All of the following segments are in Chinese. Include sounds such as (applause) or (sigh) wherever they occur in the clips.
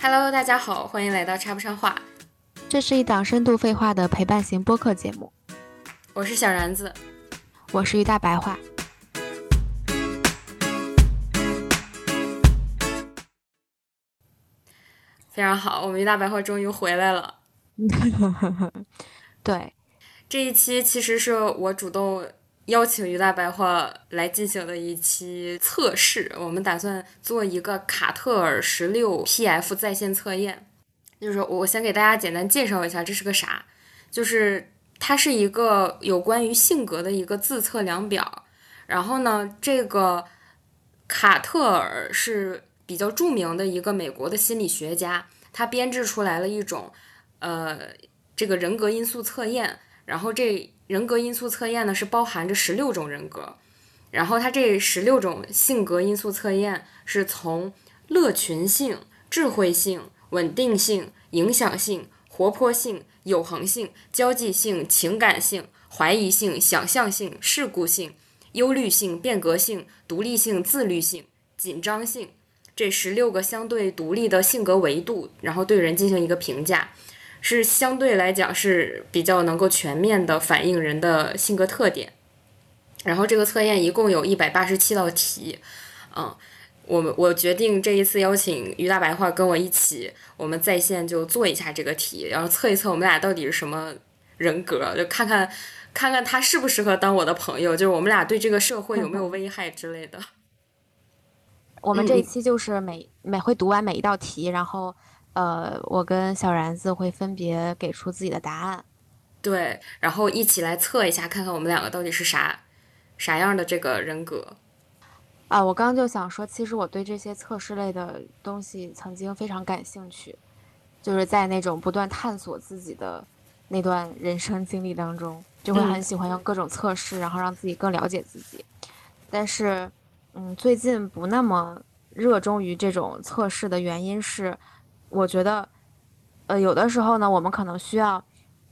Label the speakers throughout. Speaker 1: Hello，大家好，欢迎来到插不上话，
Speaker 2: 这是一档深度废话的陪伴型播客节目，
Speaker 1: 我是小然子。
Speaker 2: 我是于大白话。
Speaker 1: 非常好，我们一大白话终于回来了。
Speaker 2: 对，
Speaker 1: 这一期其实是我主动邀请于大白话来进行的一期测试，我们打算做一个卡特尔十六 PF 在线测验。就是我先给大家简单介绍一下这是个啥，就是它是一个有关于性格的一个自测量表。然后呢，这个卡特尔是比较著名的一个美国的心理学家，他编制出来了一种呃这个人格因素测验，然后这人格因素测验呢是包含着十六种人格，然后它这十六种性格因素测验是从乐群性、智慧性、稳定性、影响性、活泼性、有恒性、交际性、情感性、怀疑性、想象性、事故性、忧虑性、变革性、独立性、自律性、紧张性。这十六个相对独立的性格维度，然后对人进行一个评价，是相对来讲是比较能够全面的反映人的性格特点。然后这个测验一共有一百八十七道题，嗯，我们我决定这一次邀请于大白话跟我一起，我们在线就做一下这个题，然后测一测我们俩到底是什么人格，就看看看看他适不适合当我的朋友，就是我们俩对这个社会有没有危害之类的。
Speaker 2: 我们这一期就是每每会读完每一道题，然后呃，我跟小然子会分别给出自己的答案。
Speaker 1: 对，然后一起来测一下，看看我们两个到底是啥啥样的这个人格。
Speaker 2: 啊、我刚刚就想说，其实我对这些测试类的东西曾经非常感兴趣，就是在那种不断探索自己的那段人生经历当中，就会很
Speaker 1: 嗯
Speaker 2: 喜欢用各种测试，然后让自己更了解自己。但是，嗯，最近不那么热衷于这种测试的原因是，我觉得，呃，有的时候呢，我们可能需要。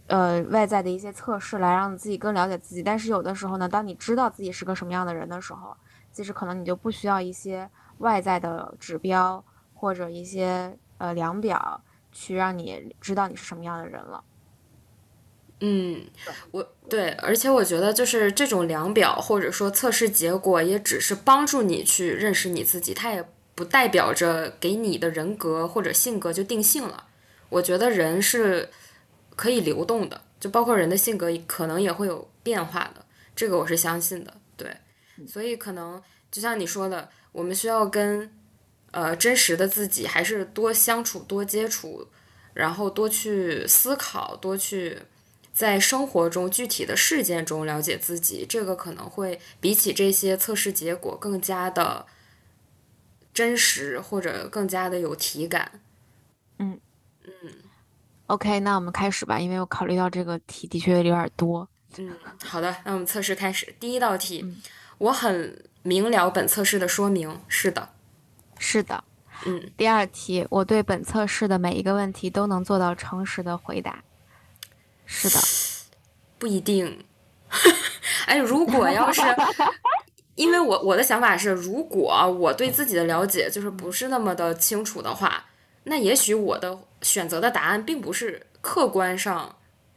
Speaker 2: 呃，外在的一些测试来让自己更了解自己，但是有的时候呢，当你知道自己是个什么样的人的时候，其实可能你就不需要一些外在的指标或者一些呃量表去让你知道你是什么样的人了。
Speaker 1: 嗯，我对，而且我觉得就是这种量表或者说测试结果，也只是帮助你去认识你自己，它也不代表着给你的人格或者性格就定性了。我觉得人是可以流动的，就包括人的性格可能也会有变化的，这个我是相信的。对，所以可能就像你说的，我们需要跟呃真实的自己还是多相处、多接触，然后多去思考、多去。在生活中具体的事件中了解自己，这个可能会比起这些测试结果更加的真实，或者更加的有体感。
Speaker 2: OK，那我们开始吧，因为我考虑到这个题的确有点多。
Speaker 1: 嗯，好的，那我们测试开始。第一道题，我很明了本测试的说明。是的，
Speaker 2: 是的，
Speaker 1: 嗯，
Speaker 2: 第二题，我对本测试的每一个问题都能做到诚实的回答。是的，
Speaker 1: 不一定。 (laughs) 哎，如果要
Speaker 2: (laughs)
Speaker 1: 是，因为我我的想法是，如果我对自己的了解就是不是那么的清楚的话，那也许我的选择的答案并不是客观上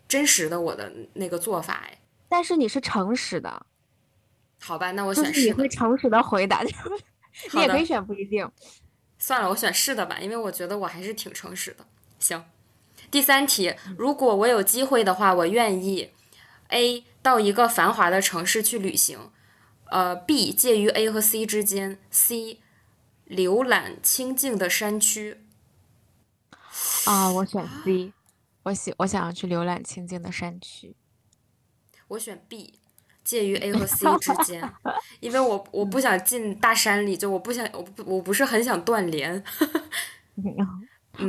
Speaker 1: 真实的我的那个做法。哎，
Speaker 2: 但是你是诚实的，
Speaker 1: 好吧，那我
Speaker 2: 就
Speaker 1: 选
Speaker 2: 是你
Speaker 1: 是
Speaker 2: 会
Speaker 1: 的。
Speaker 2: 诚实的回答， (laughs) 你
Speaker 1: 好
Speaker 2: 也可以
Speaker 1: 的，
Speaker 2: 选不一
Speaker 1: (laughs)
Speaker 2: 定。
Speaker 1: 算了，我选是的吧，因为我觉得我还是挺诚实的。行，第三题，如果我有机会的话，我愿意 A 到一个繁华的城市去旅行，呃，B 介于 A 和 C 之间，C 浏览清静的山区。
Speaker 2: 啊，我选 C，我喜我想要去浏览清静的山区。
Speaker 1: 我选 B，介于 A 和 C 之间，因为我我不想进大山里，就我不想我不我不是很想断联。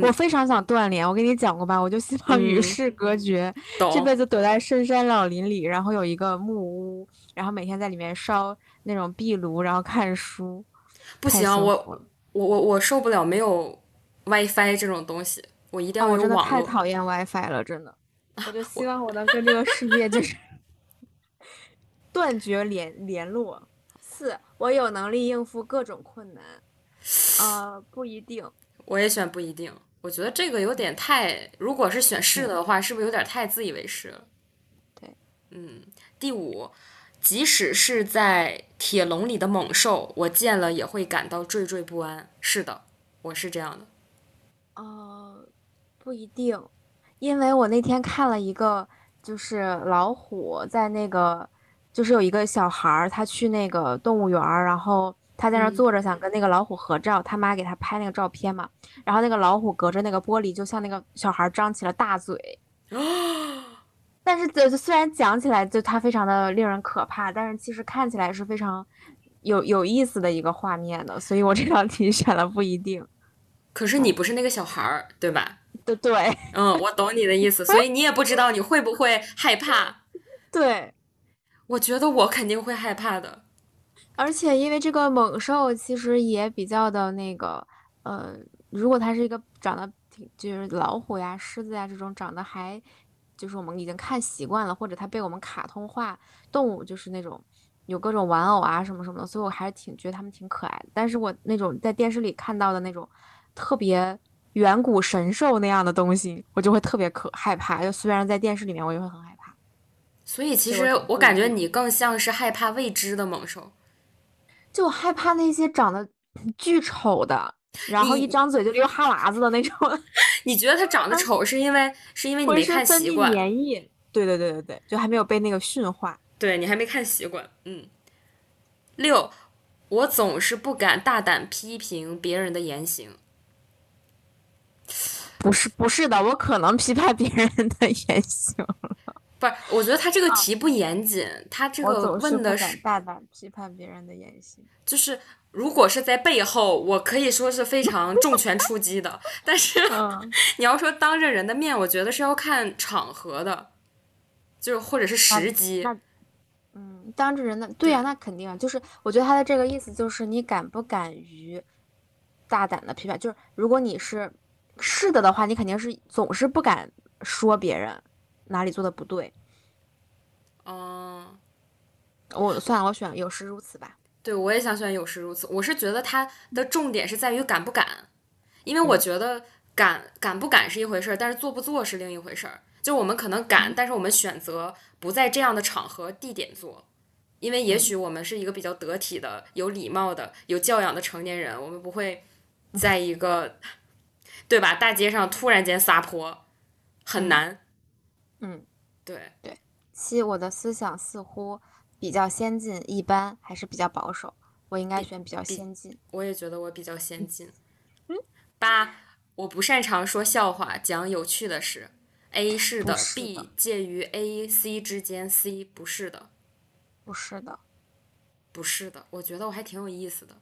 Speaker 2: 我非常想锻炼，我跟你讲过吧，我就希望与
Speaker 1: 嗯
Speaker 2: 世隔绝，这
Speaker 1: 懂？
Speaker 2: 辈子躲在深山老林里，然后有一个木屋，然后每天在里面烧那种壁炉，然后看书，
Speaker 1: 不
Speaker 2: 太
Speaker 1: 行，
Speaker 2: 幸
Speaker 1: 我
Speaker 2: 福了。
Speaker 1: 我我我受不了没有 WiFi 这种东西，我一定
Speaker 2: 啊，
Speaker 1: 要
Speaker 2: 我
Speaker 1: 有
Speaker 2: 真的
Speaker 1: 网
Speaker 2: 太
Speaker 1: 络。
Speaker 2: 讨厌 WiFi 了，
Speaker 1: (laughs)
Speaker 2: 真的，我就希望我能跟这个世界就是 (laughs) 断绝联联络。四，我有能力应付各种困难。呃，不一定。
Speaker 1: 我也选不一定。我觉得这个有点太，如果是选是的话，是不是有点太自以为是了？
Speaker 2: 对，
Speaker 1: 嗯，第五，即使是在铁笼里的猛兽，我见了也会感到惴惴不安。是的，我是这样的。
Speaker 2: 呃，不一定，因为我那天看了一个，就是老虎在那个，就是有一个小孩儿，他去那个动物园儿，然后他在那儿
Speaker 1: 嗯
Speaker 2: 坐着想跟那个老虎合照，他妈给他拍那个照片嘛，然后那个老虎隔着那个玻璃，就向那个小孩儿张起了大嘴。但是就虽然讲起来就它非常的令人可怕，但是其实看起来是非常有有意思的一个画面的，所以我这道题选了不一定。 (laughs)
Speaker 1: 可是
Speaker 2: 哦
Speaker 1: 你不是那个小孩儿，对吧？
Speaker 2: 对对
Speaker 1: 嗯，我懂你的意思，所以你也不知道你会不会害怕。
Speaker 2: 对，
Speaker 1: 我觉得我肯定会害怕的。
Speaker 2: 而且因为这个猛兽其实也比较的那个，呃，如果它是一个长得挺就是老虎呀、狮子呀这种长得还就是我们已经看习惯了，或者它被我们卡通化动物，就是那种有各种玩偶啊什么什么的，所以我还是挺觉得它们挺可爱的。但是我那种在电视里看到的那种特别远古神兽那样的东西，我就会特别可害怕。就虽然在电视里面，我也会很害怕。
Speaker 1: 所以其
Speaker 2: 对我
Speaker 1: 实
Speaker 2: 懂
Speaker 1: 我感觉你更像是害怕未知的猛兽。
Speaker 2: 就我害怕那些长得巨丑的，然后
Speaker 1: 你
Speaker 2: 一张嘴就流哈喇子的那种，
Speaker 1: 你觉得它长得
Speaker 2: 啊
Speaker 1: 丑，是因为是因 (laughs) 为你
Speaker 2: 浑
Speaker 1: 没
Speaker 2: 身
Speaker 1: 看
Speaker 2: 分
Speaker 1: 习
Speaker 2: 泌
Speaker 1: 惯，
Speaker 2: 粘液。对对对对对，就还没有被那个驯化。
Speaker 1: 对你还没看习惯。嗯，六，我总是不敢大胆批评别人的言行。
Speaker 2: 不是不是的，我可能批判别人的 (laughs) 言行，
Speaker 1: 不是，我觉得他这个题不严谨，他这
Speaker 2: 啊我
Speaker 1: 个
Speaker 2: 总是
Speaker 1: 问
Speaker 2: 不
Speaker 1: 的
Speaker 2: 敢
Speaker 1: 是
Speaker 2: 大胆批判别人的言行。
Speaker 1: 就是，如果是在背后，我可以说是非常重拳出击的，但是
Speaker 2: (laughs) 嗯，
Speaker 1: 你要说当着人的面，我觉得是要看场合的，就是或者是时机。
Speaker 2: 啊那嗯，当着人的，对呀、那肯定啊，就是我觉得他的这个意思就是你敢不敢于大胆的批判，就是如果你是是的的话，你肯定是总是不敢说别人哪里做的不对。
Speaker 1: 嗯，
Speaker 2: 我算了，我选有时如此吧。
Speaker 1: 对，我也想选有时如此。我是觉得它的重点是在于敢不敢，因为我觉得敢敢不敢是一回事儿，但是做不做是另一回事儿。就我们可能敢，但是我们选择不在这样的场合、地点做，因为也许我们是一个比较得体的、有礼貌的、有教养的成年人，我们不会在一个对吧大街上突然间撒泼，很难。
Speaker 2: 嗯，
Speaker 1: 对，
Speaker 2: 七，我的思想似乎比较先进，一般还是比较保守，我应该选比较先进。
Speaker 1: 我也觉得我比较
Speaker 2: 嗯
Speaker 1: 先进。八，我不擅长说笑话，讲有趣的事。A 是的
Speaker 2: 不是的
Speaker 1: ，B 介于 A、C 之间，C 不是的，
Speaker 2: 不是的，
Speaker 1: 不是的。我觉得我还挺有意
Speaker 2: (laughs)
Speaker 1: 思的。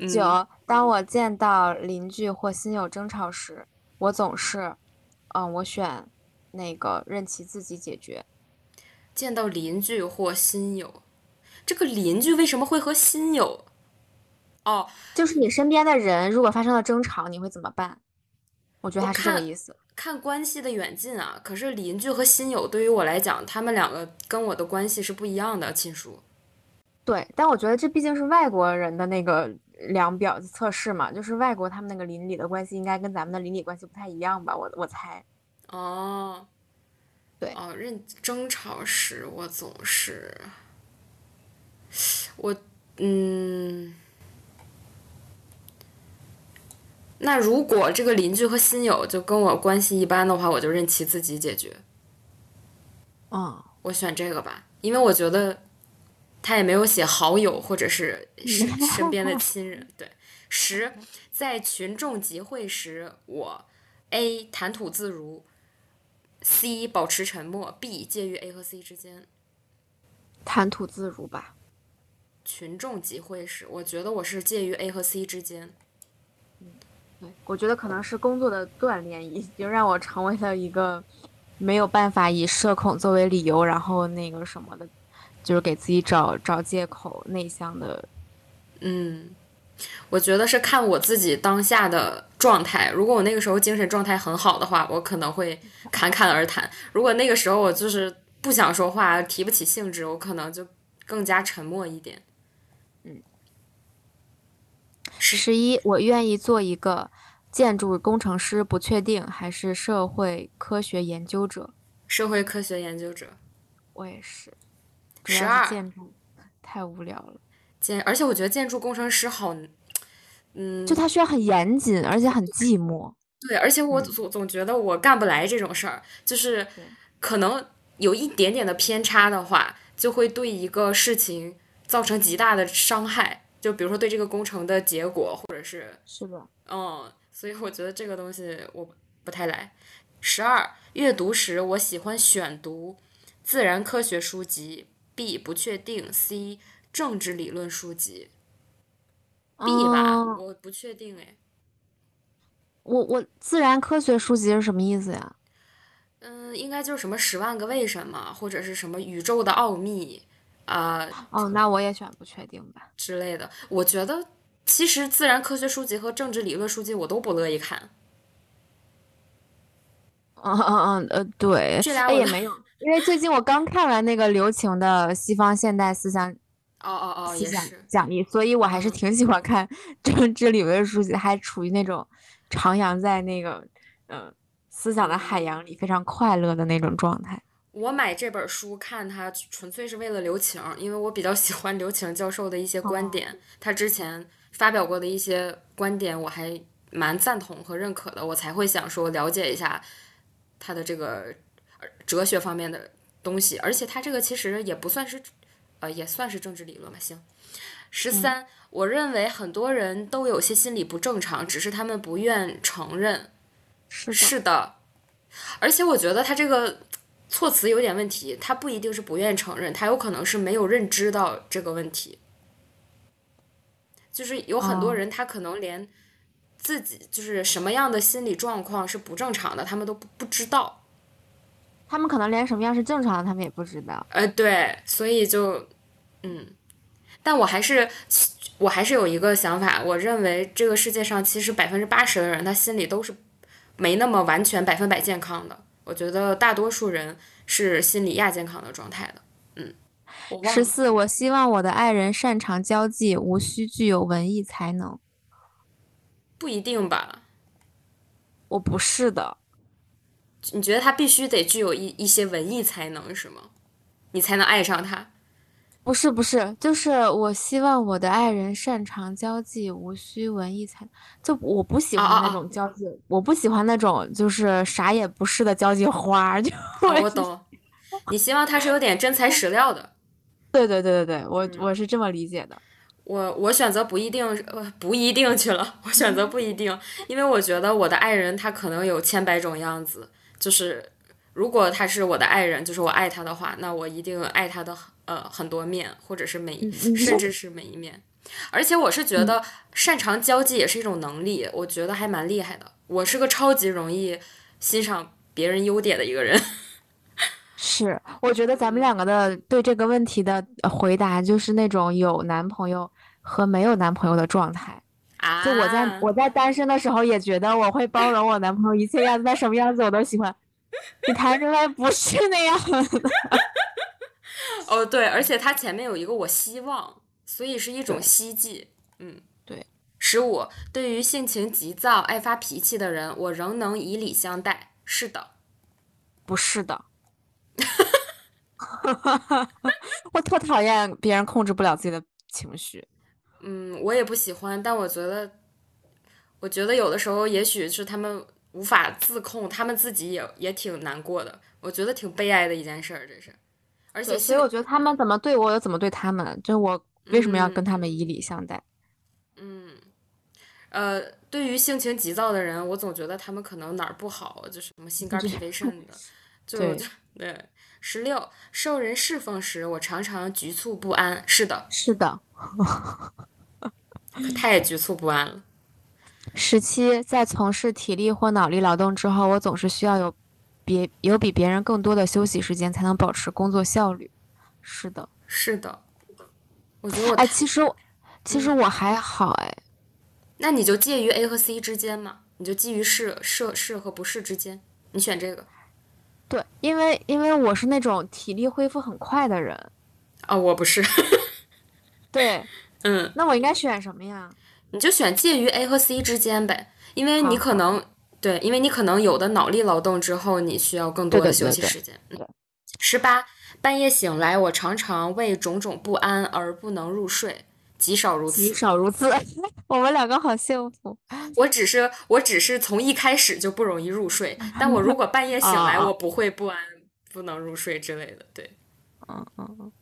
Speaker 1: 嗯
Speaker 2: 九，当我见到邻居或亲友争吵时，我总是，嗯，我选那个任其自己解决。
Speaker 1: 见到邻居或亲友，这个邻居为什么会和亲友？哦，
Speaker 2: 就是你身边的人如果发生了争吵，你会怎么办？我觉得
Speaker 1: 我
Speaker 2: 他是这个
Speaker 1: 看
Speaker 2: 意思。
Speaker 1: 看关系的远近啊。可是邻居和亲友对于我来讲，他们两个跟我的关系是不一样的亲属。
Speaker 2: 对，但我觉得这毕竟是外国人的那个量表测试嘛，就是外国他们那个邻里的关系应该跟咱们的邻里关系不太一样吧，我我猜。
Speaker 1: 哦，
Speaker 2: 对
Speaker 1: 哦，认争吵时我总是，我嗯，那如果这个邻居和亲友就跟我关系一般的话，我就任其自己解决，
Speaker 2: 嗯，
Speaker 1: 我选这个吧，因为我觉得他也没有写好友或者是身身边的亲人。对，十，在群众集会时，我 A 谈吐自如，C 保持沉默，B 介于 A 和 C 之间。
Speaker 2: 谈吐自如吧。
Speaker 1: 群众集会时，我觉得我是介于 A 和 C 之间。
Speaker 2: 对，我觉得可能是工作的锻炼，已经让我成为了一个没有办法以社恐作为理由，然后那个什么的，就是给自己找找借口内向的。
Speaker 1: 嗯，我觉得是看我自己当下的状态。如果我那个时候精神状态很好的话，我可能会侃侃而谈；如果那个时候我就是不想说话，提不起兴致，我可能就更加沉默一点。
Speaker 2: 嗯，十一，我愿意做一个建筑工程师，不确定还是社会科学研究者。
Speaker 1: 社会科学研究者。
Speaker 2: 我也是，主
Speaker 1: 十
Speaker 2: 要
Speaker 1: 二
Speaker 2: 是建筑太无聊了，
Speaker 1: 建，而且我觉得建筑工程师好，嗯，
Speaker 2: 就它虽然很严谨，而且很寂寞。
Speaker 1: 对，而且我
Speaker 2: 嗯
Speaker 1: 总总觉得我干不来这种事儿，就是
Speaker 2: 对
Speaker 1: 可能有一点点的偏差的话，就会对一个事情造成极大的伤害。就比如说对这个工程的结果，或者是
Speaker 2: 是的，
Speaker 1: 嗯，所以我觉得这个东西我不太来。十二，阅读时我喜欢选读自然科学书籍，B 不确定，C 政治理论书籍，B 吧，
Speaker 2: 嗯，
Speaker 1: 我不确定哎。
Speaker 2: 我我自然科学书籍是什么意思呀？
Speaker 1: 嗯，应该就是什么《十万个为什么》或者是什么《宇宙的奥秘》啊、
Speaker 2: 哦，那我也选不确定吧。
Speaker 1: 之类的。我觉得其实自然科学书籍和政治理论书籍我都不乐意看，
Speaker 2: 嗯嗯嗯，呃，对，
Speaker 1: 这俩我
Speaker 2: 哎也
Speaker 1: 都
Speaker 2: 没有，因为最近我刚看完那个流行的西方现代思想
Speaker 1: 哦哦哦
Speaker 2: 思
Speaker 1: 也
Speaker 2: 想
Speaker 1: 是，
Speaker 2: 讲义，所以我还是
Speaker 1: 嗯
Speaker 2: 挺喜欢看 (laughs) 政治理论书籍，还处于那种徜徉在那个呃思想的海
Speaker 1: 嗯，
Speaker 2: 洋里，非常快乐的那种状态。
Speaker 1: 我买这本书看它纯粹是为了刘擎，因为我比较喜欢刘擎教授的一些观
Speaker 2: 哦，
Speaker 1: 点，他之前发表过的一些观点我还蛮赞同和认可的，我才会想说了解一下他的这个哲学方面的东西，而且他这个其实也不算是，呃，也算是政治理论吧。行，十
Speaker 2: 嗯，
Speaker 1: 三，我认为很多人都有些心理不正常，只是他们不愿承认。
Speaker 2: 是的，
Speaker 1: 是的，而且我觉得他这个措辞有点问题，他不一定是不愿承认，他有可能是没有认知到这个问题。就是有很多
Speaker 2: 嗯，
Speaker 1: 人，他可能连自己就是什么样的心理状况是不正常的，他们都不不知道。
Speaker 2: 他们可能连什么样是正常的，他们也不知道。
Speaker 1: 呃，对，所以就嗯。但我还是，我还是有一个想法，我认为这个世界上其实百分之八十的人，他心里都是没那么完全百分百健康的。我觉得大多数人是心理亚健康的状态的。嗯，我
Speaker 2: 十
Speaker 1: 忘了，
Speaker 2: 四，我希望我的爱人擅长交际，无需具有文艺才能。
Speaker 1: 不一定吧？
Speaker 2: 我不是的，
Speaker 1: 你觉得他必须得具有一一些文艺才能是吗？你才能爱上他？
Speaker 2: 不是不是，就是我希望我的爱人擅长交际，无需文艺才。就我不喜
Speaker 1: 啊
Speaker 2: 欢
Speaker 1: 啊
Speaker 2: 那
Speaker 1: 啊！
Speaker 2: 种交际，我不喜欢那种就是啥也不是的交际花儿。就 (laughs) 我
Speaker 1: 啊，我
Speaker 2: 是，
Speaker 1: 懂。你希望他是有点真材实料的。
Speaker 2: 对对对对对，我
Speaker 1: 嗯，
Speaker 2: 我是这么理解的。
Speaker 1: 我我选择不一定，呃，不一定去了。我选择不一定，因为我觉得我的爱人他可能有千百种样子。就是如果他是我的爱人，就是我爱他的话，那我一定爱他的呃很多面，或者是每
Speaker 2: 嗯嗯
Speaker 1: 甚至是每一面。而且我是觉
Speaker 2: 嗯，
Speaker 1: 得擅长交际也是一种能力，我觉得还蛮厉害的。我是个超级容易欣赏别人优点的一个人。 (laughs)
Speaker 2: 是，我觉得咱们
Speaker 1: 嗯，
Speaker 2: 两个的对这个问题的呃回答就是那种有男朋友和没有男朋友的状态。就我在
Speaker 1: 啊，
Speaker 2: 我在单身的时候也觉得我会包容我男朋友一切样子，他什么样子我都喜欢。你谈恋爱不是那样的，
Speaker 1: 哦对，而且他前面有一个我希望，所以是一种
Speaker 2: 对
Speaker 1: 希冀。嗯。
Speaker 2: 对，
Speaker 1: 十五，对于性情急躁、爱发脾气的人，我仍能以礼相待。是的，
Speaker 2: 不
Speaker 1: (laughs)
Speaker 2: 是的，我特讨厌别人控制不了自己的情绪。
Speaker 1: 嗯，我也不喜欢，但我觉得，我觉得有的时候也许是他们无法自控，他们自己也也挺难过的，我觉得挺悲哀的一件事儿，这是。而且
Speaker 2: 对，所以
Speaker 1: 性，
Speaker 2: 我觉得他们怎么对我，我就怎么对他们，就我为什么要
Speaker 1: 嗯
Speaker 2: 跟他们以礼相待？
Speaker 1: 嗯，呃，对于性情急躁的人，我总觉得他们可能哪儿不好，就是什么心肝儿
Speaker 2: 对
Speaker 1: 脾肺肾
Speaker 2: (laughs)
Speaker 1: 的，就
Speaker 2: 对，
Speaker 1: 对。十六，受人侍奉时，我常常局促不安。是的，
Speaker 2: 是的。
Speaker 1: 可太局促不安了。
Speaker 2: 十七，在从事体力或脑力劳动之后，我总是需要有别有比别人更多的休息时间，才能保持工作效率。是的。
Speaker 1: 是的，我觉得我
Speaker 2: 哎，
Speaker 1: 太，
Speaker 2: 其实我其实
Speaker 1: 嗯，
Speaker 2: 我还好哎，
Speaker 1: 那你就介于 A 和 C 之间嘛，你就介于是是是和不是之间，你选这个。
Speaker 2: 对，因为因为我是那种体力恢复很快的人，
Speaker 1: 哦啊、我不是， (laughs)
Speaker 2: 对，
Speaker 1: 嗯，
Speaker 2: 那我应该选什么呀？
Speaker 1: 你就选介于 A 和 C 之间呗，因为你可能对，因为你可能有的脑力劳动之后，你需要更多的
Speaker 2: 对对
Speaker 1: 休
Speaker 2: 对
Speaker 1: 息
Speaker 2: 对
Speaker 1: 时间
Speaker 2: 对。
Speaker 1: 十八，半夜醒来，我常常为种种不安而不能入睡，极少如
Speaker 2: 极
Speaker 1: 此。
Speaker 2: 少如此， (laughs) 我们两个好幸福。
Speaker 1: 我只是我只是从一开始就不容易入睡，但我如果半夜醒来，
Speaker 2: 啊
Speaker 1: 我不会不安、不能入睡之类的。对，
Speaker 2: 嗯嗯嗯。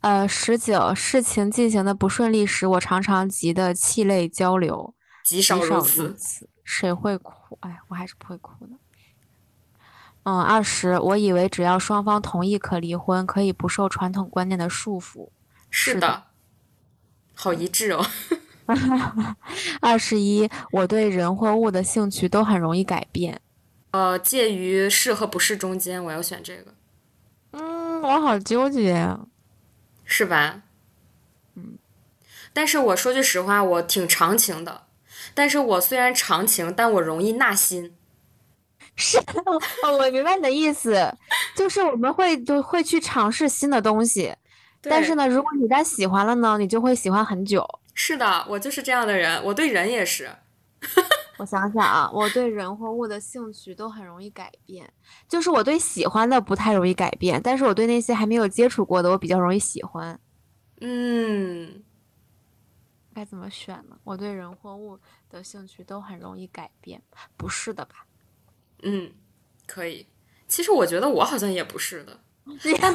Speaker 2: 呃，十九，事情进行的不顺利时，我常常急得涕泪交流，
Speaker 1: 极
Speaker 2: 极
Speaker 1: 少
Speaker 2: 如
Speaker 1: 如此。
Speaker 2: 谁会哭？哎，我还是不会哭的。嗯，二十，我以为只要双方同意可离婚，可以不受传统观念的束缚。
Speaker 1: 是
Speaker 2: 是
Speaker 1: 的，好一致哦。 (laughs)
Speaker 2: 二十一，我对人或物的兴趣都很容易改变。
Speaker 1: 呃，介于是和不是中间，我要选这个，
Speaker 2: 嗯，我好纠结啊。
Speaker 1: 是吧？
Speaker 2: 嗯。
Speaker 1: 但是我说句实话，我挺长情的。但是我虽然长情，但我容易纳新。
Speaker 2: 是，我哦我明白你的意思，就是我们会就会去尝试新的东西，但是
Speaker 1: 对，
Speaker 2: 呢，如果你一旦喜欢了呢，你就会喜欢很久。
Speaker 1: 是的，我就是这样的人，我对人也是。
Speaker 2: 我想想啊，我对人或物的兴趣都很容易改变，就是我对喜欢的不太容易改变，但是我对那些还没有接触过的，我比较容易喜欢。
Speaker 1: 嗯，
Speaker 2: 该怎么选呢？我对人或物的兴趣都很容易改变，不是的吧？
Speaker 1: 嗯，可以。其实我觉得我好像也不是
Speaker 2: (laughs)
Speaker 1: 的，但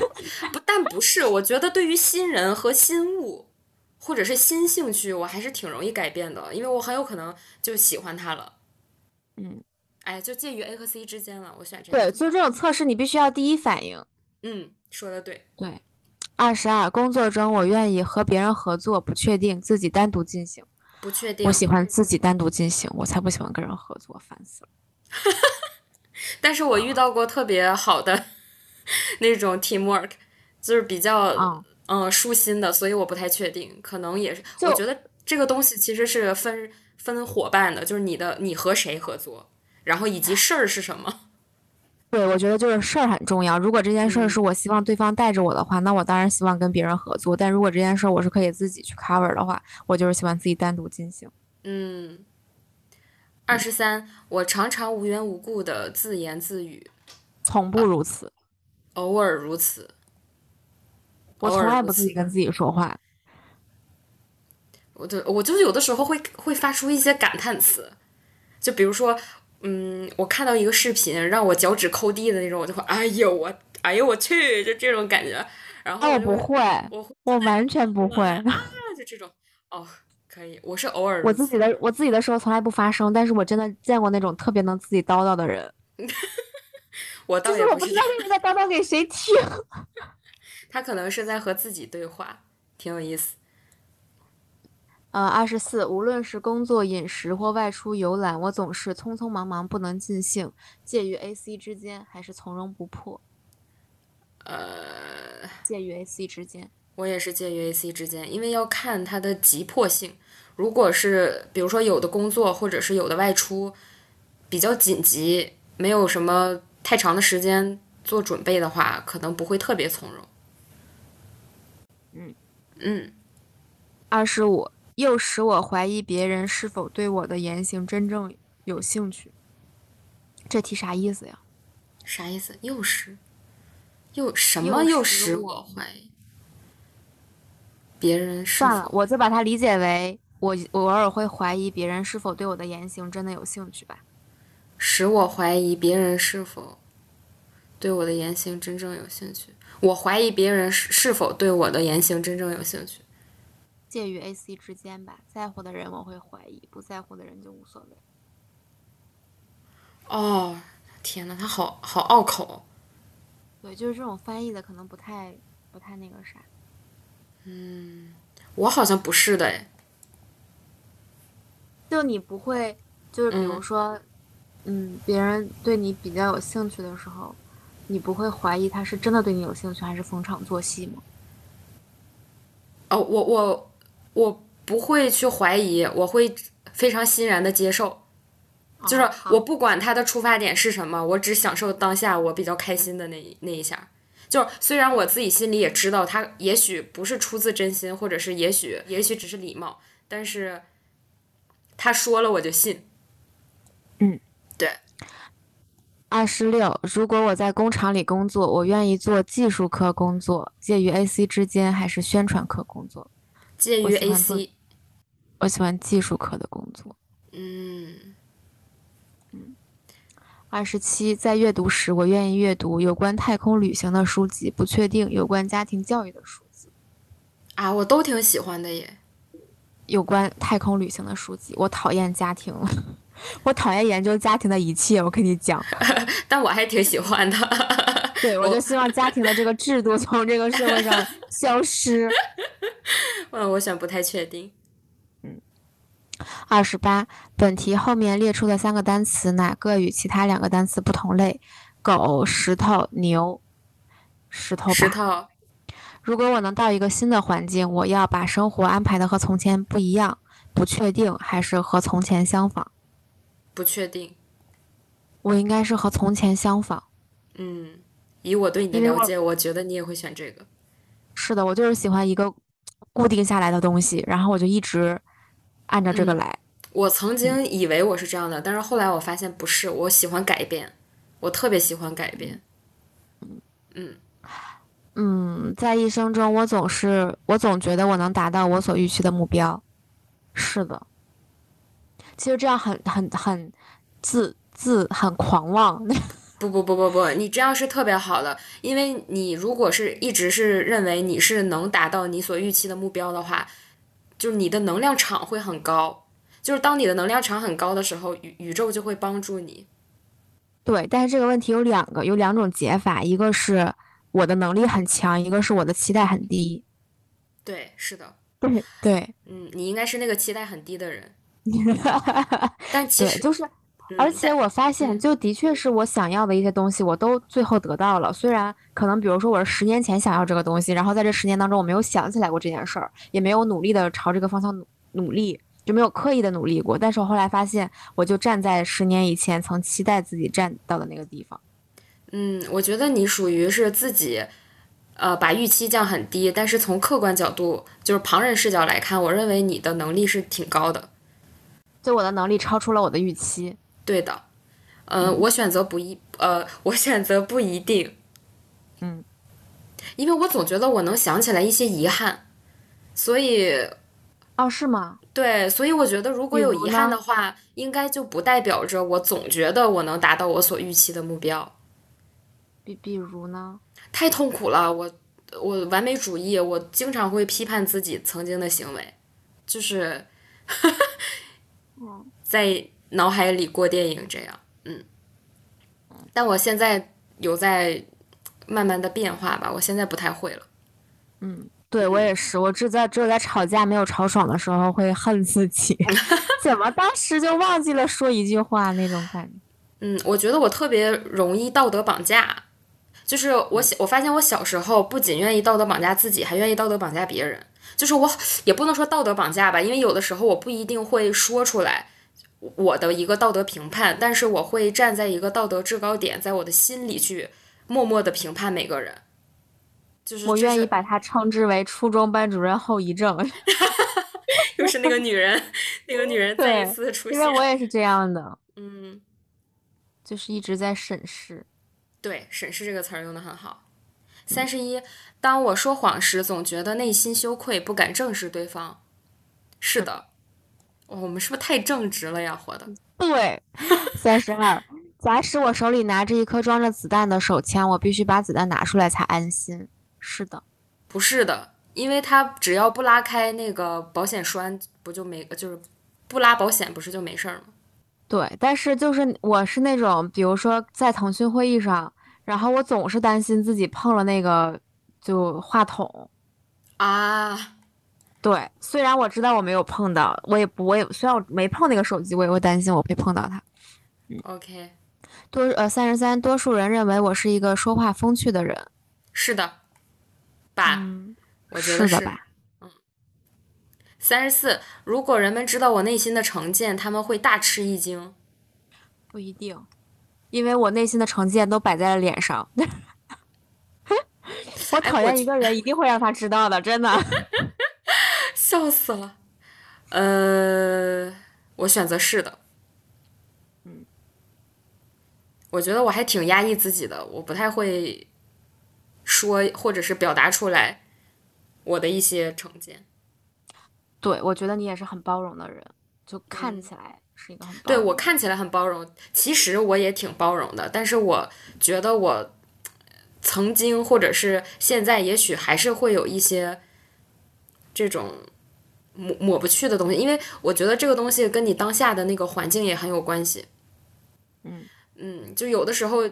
Speaker 1: 不但不是，我觉得对于新人和新物，或者是新兴趣，我还是挺容易改变的，因为我很有可能就喜欢它了。
Speaker 2: 嗯，
Speaker 1: 哎，就介于 A 和 C 之间了，我选这
Speaker 2: 对，
Speaker 1: 个。
Speaker 2: 做这种测试你必须要第一反应。
Speaker 1: 嗯，说的对，
Speaker 2: 对，二十二，工作中我愿意和别人合作，不确定自己单独进行。
Speaker 1: 不确
Speaker 2: 我
Speaker 1: 定，
Speaker 2: 喜欢自己单独进行，我才不喜欢跟人合作，烦死了。
Speaker 1: 但是我遇
Speaker 2: 啊
Speaker 1: 到过特别好的 (laughs) 那种 teamwork，就是比较
Speaker 2: 啊、
Speaker 1: 嗯、呃舒心的，所以我不太确定，可能也是，
Speaker 2: 就
Speaker 1: 我觉得这个东西其实是分分伙伴的，就是你的你和谁合作，然后以及事儿是什么。
Speaker 2: 对，我觉得就是事儿很重要。如果这件事儿是
Speaker 1: 嗯
Speaker 2: 我希望对方带着我的话，那我当然希望跟别人合作；但如果这件事儿我是可以自己去 cover 的话，我就是喜欢自己单独进行。
Speaker 1: 嗯，二十三，我常常无缘无故的自言自语，
Speaker 2: 从不如此，
Speaker 1: 偶尔如此，
Speaker 2: 我
Speaker 1: 偶
Speaker 2: 从
Speaker 1: 尔
Speaker 2: 来
Speaker 1: 如
Speaker 2: 不自己
Speaker 1: 此。
Speaker 2: 跟自己说话。
Speaker 1: 我对我就有的时候会会发出一些感叹词，就比如说，嗯，我看到一个视频让我脚趾抠地的那种，我就会，哎呦我，哎呦我去，就这种感觉。然
Speaker 2: 那
Speaker 1: 后
Speaker 2: 我
Speaker 1: 我就
Speaker 2: 哦不
Speaker 1: 会，
Speaker 2: 会，
Speaker 1: 我会
Speaker 2: 我完全不会。
Speaker 1: 啊，就这种，哦，可以，我是偶尔
Speaker 2: 我
Speaker 1: 如
Speaker 2: 自己
Speaker 1: 此。
Speaker 2: 的我自己的时候从来不发声，但是我真的见过那种特别能自己叨叨的人，
Speaker 1: 我
Speaker 2: 就
Speaker 1: 倒
Speaker 2: 是
Speaker 1: 也
Speaker 2: 我
Speaker 1: 不
Speaker 2: 不
Speaker 1: 是
Speaker 2: 知
Speaker 1: 这
Speaker 2: 道
Speaker 1: 样，
Speaker 2: 这是在叨叨给谁听。
Speaker 1: 他可能是在和自己对话，挺有意思。
Speaker 2: 呃，二十四，无论是工作、饮食或外出游览，我总是匆匆忙忙，不能尽兴，介于 A、C 之间，还是从容不迫，
Speaker 1: 呃，
Speaker 2: 介于 A、C 之间。
Speaker 1: 我也是介于 A、C 之间，因为要看它的急迫性。如果是比如说有的工作或者是有的外出比较紧急，没有什么太长的时间做准备的话，可能不会特别从容。
Speaker 2: 嗯，
Speaker 1: 嗯，
Speaker 2: 二十五，又使我怀疑别人是否对我的言行真正有兴趣。这题啥意思呀？
Speaker 1: 啥意思？又是又什么
Speaker 2: 又
Speaker 1: 又
Speaker 2: 使
Speaker 1: 使
Speaker 2: 我
Speaker 1: 我怀疑别人是
Speaker 2: 算了，
Speaker 1: 否？
Speaker 2: 我就把它理解为我我偶尔会怀疑别人是否对我的言行真的有兴趣吧。
Speaker 1: 使我怀疑别人是否对我的言行真正有兴趣。我怀疑别人是是否对我的言行真正有兴趣。
Speaker 2: 介于 A、C 之间吧，在乎的人我会怀疑，不在乎的人就无所谓。
Speaker 1: 哦，天呐，他好好拗口。
Speaker 2: 对，就是这种翻译的可能不太不太那个啥。
Speaker 1: 我好像不是的哎。
Speaker 2: 就你不会，就是比如
Speaker 1: 嗯，
Speaker 2: 说，嗯，别人对你比较有兴趣的时候，你不会怀疑他是真的对你有兴趣，还是逢场作戏吗？
Speaker 1: 哦，我我我不会去怀疑，我会非常欣然的接受。就是
Speaker 2: 哦，
Speaker 1: 我
Speaker 2: 好，
Speaker 1: 不管他的出发点是什么，我只享受当下我比较开心的那一那一下儿。就是虽然我自己心里也知道他也许不是出自真心，或者是也许也许只是礼貌，但是他说了我就信。
Speaker 2: 嗯，
Speaker 1: 对。
Speaker 2: 二十六，如果我在工厂里工作，我愿意做技术科工作，介于 AC 之间，还是宣传科工作？
Speaker 1: 介于
Speaker 2: 我喜欢做
Speaker 1: AC，
Speaker 2: 我喜欢技术科的工作。
Speaker 1: 嗯，
Speaker 2: 二十七，在阅读时，我愿意阅读有关太空旅行的书籍，不确定有关家庭教育的书籍，
Speaker 1: 啊，我都挺喜欢的耶。 (laughs)
Speaker 2: 有关太空旅行的书籍。我讨厌家庭， (laughs) 我讨厌研究家庭的一切。我跟你 (laughs) 讲，
Speaker 1: 但我还挺喜欢的。 (laughs)
Speaker 2: 对我就希望家庭的这个制度从这个社会上消失。
Speaker 1: 嗯，我选不太确定。
Speaker 2: 二十八，本题后面列出的三个单词哪个与其他两个单词不同类？狗、石头、牛。石头吧。
Speaker 1: 石头，
Speaker 2: 如果我能到一个新的环境，我要把生活安排的和从前不一样，不确定还是和从前相仿？
Speaker 1: 不确定。
Speaker 2: 我应该是和从前相仿。
Speaker 1: 嗯，以我对你的
Speaker 2: 因为
Speaker 1: 了
Speaker 2: 我
Speaker 1: 解，我觉得你也会选这个。
Speaker 2: 是的，我就是喜欢一个固定下来的东西，然后我就一直按照这个来。
Speaker 1: 我曾
Speaker 2: 嗯
Speaker 1: 经以为我是这样的，但是后来我发现不是，我喜欢改变，我特别喜欢改变。
Speaker 2: 嗯，在一生中，我总是我总觉得我能达到我所预期的目标。是的，其实这样很很很自自很狂妄。 (laughs)
Speaker 1: 不不不不不，你这样是特别好的，因为你如果是一直是认为你是能达到你所预期的目标的话，就是你的能量场会很高，就是当你的能量场很高的时候，宇宇宙就会帮助你。
Speaker 2: 对，但是这个问题有两个有两种解法，一个是我的能力很强，一个是我的期待很低。
Speaker 1: 对，是的，
Speaker 2: 对对 (laughs)
Speaker 1: 嗯，你应该是那个期待很低的人，但其
Speaker 2: 对，
Speaker 1: 实，
Speaker 2: 就是
Speaker 1: 嗯
Speaker 2: 而且我发现，
Speaker 1: 嗯
Speaker 2: 就的确是我想要的一些东西，我都最后得到了。虽然可能，比如说我是十年前想要这个东西，然后在这十年当中，我没有想起来过这件事儿，也没有努力的朝这个方向努努力，就没有刻意的努力过。但是我后来发现，我就站在十年以前曾期待自己站到的那个地方。
Speaker 1: 嗯，我觉得你属于是自己，呃，把预期降很低，但是从客观角度，就是旁人视角来看，我认为你的能力是挺高的。
Speaker 2: 就我的能力超出了我的预期。
Speaker 1: 对的，呃，我选择不一，呃，我选择不一定，
Speaker 2: 嗯，
Speaker 1: 因为我总觉得我能想起来一些遗憾，所以
Speaker 2: 哦，是吗？
Speaker 1: 对，所以我觉得如果
Speaker 2: 比
Speaker 1: 有
Speaker 2: 如
Speaker 1: 遗憾
Speaker 2: 呢
Speaker 1: 的话，应该就不代表着我总觉得我能达到我所预期的目标，
Speaker 2: 比比如呢？
Speaker 1: 太痛苦了，我我完美主义，我经常会批判自己曾经的行为，就是在脑海里过电影这样，嗯，但我现在有在慢慢的变化吧，我现在不太会了，
Speaker 2: 嗯，对我也是，我只在只有在吵架没有吵爽的时候会恨自己， (laughs) 怎么当时就忘记了说一句话那种感觉。
Speaker 1: 嗯，我觉得我特别容易道德绑架，就是我小我发现我小时候不仅愿意道德绑架自己，还愿意道德绑架别人，就是我也不能说道德绑架吧，因为有的时候我不一定会说出来。我的一个道德评判，但是我会站在一个道德制高点，在我的心里去默默的评判每个人，就是
Speaker 2: 我
Speaker 1: 这
Speaker 2: 愿
Speaker 1: 是
Speaker 2: 意把它称之为初中班主任后遗症， (laughs)
Speaker 1: 又是那个女人， (laughs) 那个女人再一
Speaker 2: 对
Speaker 1: 次出
Speaker 2: 因
Speaker 1: 现。
Speaker 2: 为我也是这样的，
Speaker 1: 嗯，
Speaker 2: 就是一直在审视。
Speaker 1: 对，审视这个词儿用的很好。三十一，当我说谎时，总觉得内心羞愧，不敢正视对方。是的，哇我们是不是太正直了呀？活的，
Speaker 2: 对，三十二。假使我手里拿着一颗装着子弹的手枪，我必须把子弹拿出来才安心。是的，
Speaker 1: 不是的，因为他只要不拉开那个保险栓，不就没就是不拉保险，不是就没事儿吗？
Speaker 2: 对，但是就是我是那种，比如说在腾讯会议上，然后我总是担心自己碰了那个就话筒。
Speaker 1: 啊，
Speaker 2: 对，虽然我知道我没有碰到，我也不，我也虽然我没碰那个手机，我也会担心我会碰到它。
Speaker 1: OK，
Speaker 2: 多呃，三十三，多数人认为我是一个说话风趣的人。
Speaker 1: 是的，吧，
Speaker 2: 嗯，
Speaker 1: 我觉得
Speaker 2: 是
Speaker 1: 是嗯
Speaker 2: 的吧？
Speaker 1: 三十四，如果人们知道我内心的成见，他们会大吃一惊。
Speaker 2: 不一定，因为我内心的成见都摆在了脸上。 (laughs) 我
Speaker 1: 哎
Speaker 2: 讨
Speaker 1: 我
Speaker 2: 厌
Speaker 1: 觉
Speaker 2: 一个人，一定会让他
Speaker 1: (laughs)
Speaker 2: 知道的，真的。
Speaker 1: 笑死了。呃，我选择是的。嗯，我觉得我还挺压抑自己的，我不太会说或者是表达出来我的一些成见。
Speaker 2: (laughs) 对，我觉得你也是很包容的人，就看起来是一个很包
Speaker 1: 嗯对
Speaker 2: 容
Speaker 1: 我看起来很包容，其实我也挺包容的，但是我觉得我曾经或者是现在，也许还是会有一些这种抹抹不去的东西，因为我觉得这个东西跟你当下的那个环境也很有关系。
Speaker 2: 嗯
Speaker 1: 嗯，就有的时候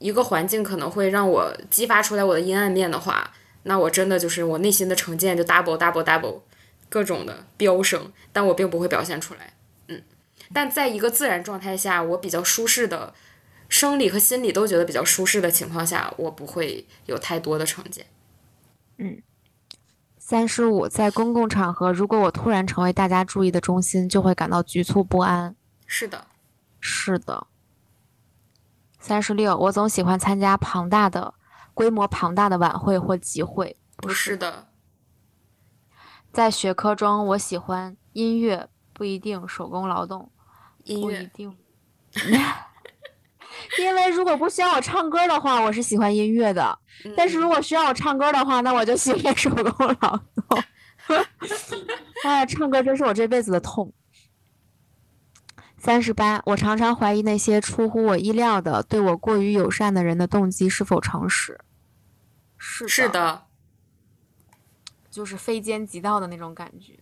Speaker 1: 一个环境可能会让我激发出来我的阴暗面的话，那我真的就是我内心的成见就 double double double 各种的飙升，但我并不会表现出来。但在一个自然状态下，我比较舒适的，生理和心理都觉得比较舒适的情况下，我不会有太多的成见。
Speaker 2: 三十五，在公共场合，如果我突然成为大家注意的中心，就会感到局促不安。
Speaker 1: 是的，
Speaker 2: 是的。三十六，我总喜欢参加庞大的、规模庞大的晚会或集会。
Speaker 1: 不是的，
Speaker 2: 在学科中，我喜欢音乐，不一定手工劳动，
Speaker 1: 音
Speaker 2: 不一
Speaker 1: 乐
Speaker 2: 定。 (laughs) 因为如果不需要我唱歌的话，我是喜欢音乐的；
Speaker 1: 嗯
Speaker 2: 但是如果需要我唱歌的话，那我就喜欢手工劳动。 (laughs) 哎呀，唱歌真是我这辈子的痛。三十八，我常常怀疑那些出乎我意料的、对我过于友善的人的动机是否诚实。是的，
Speaker 1: 嗯是的，
Speaker 2: 就是非奸即盗的那种感觉。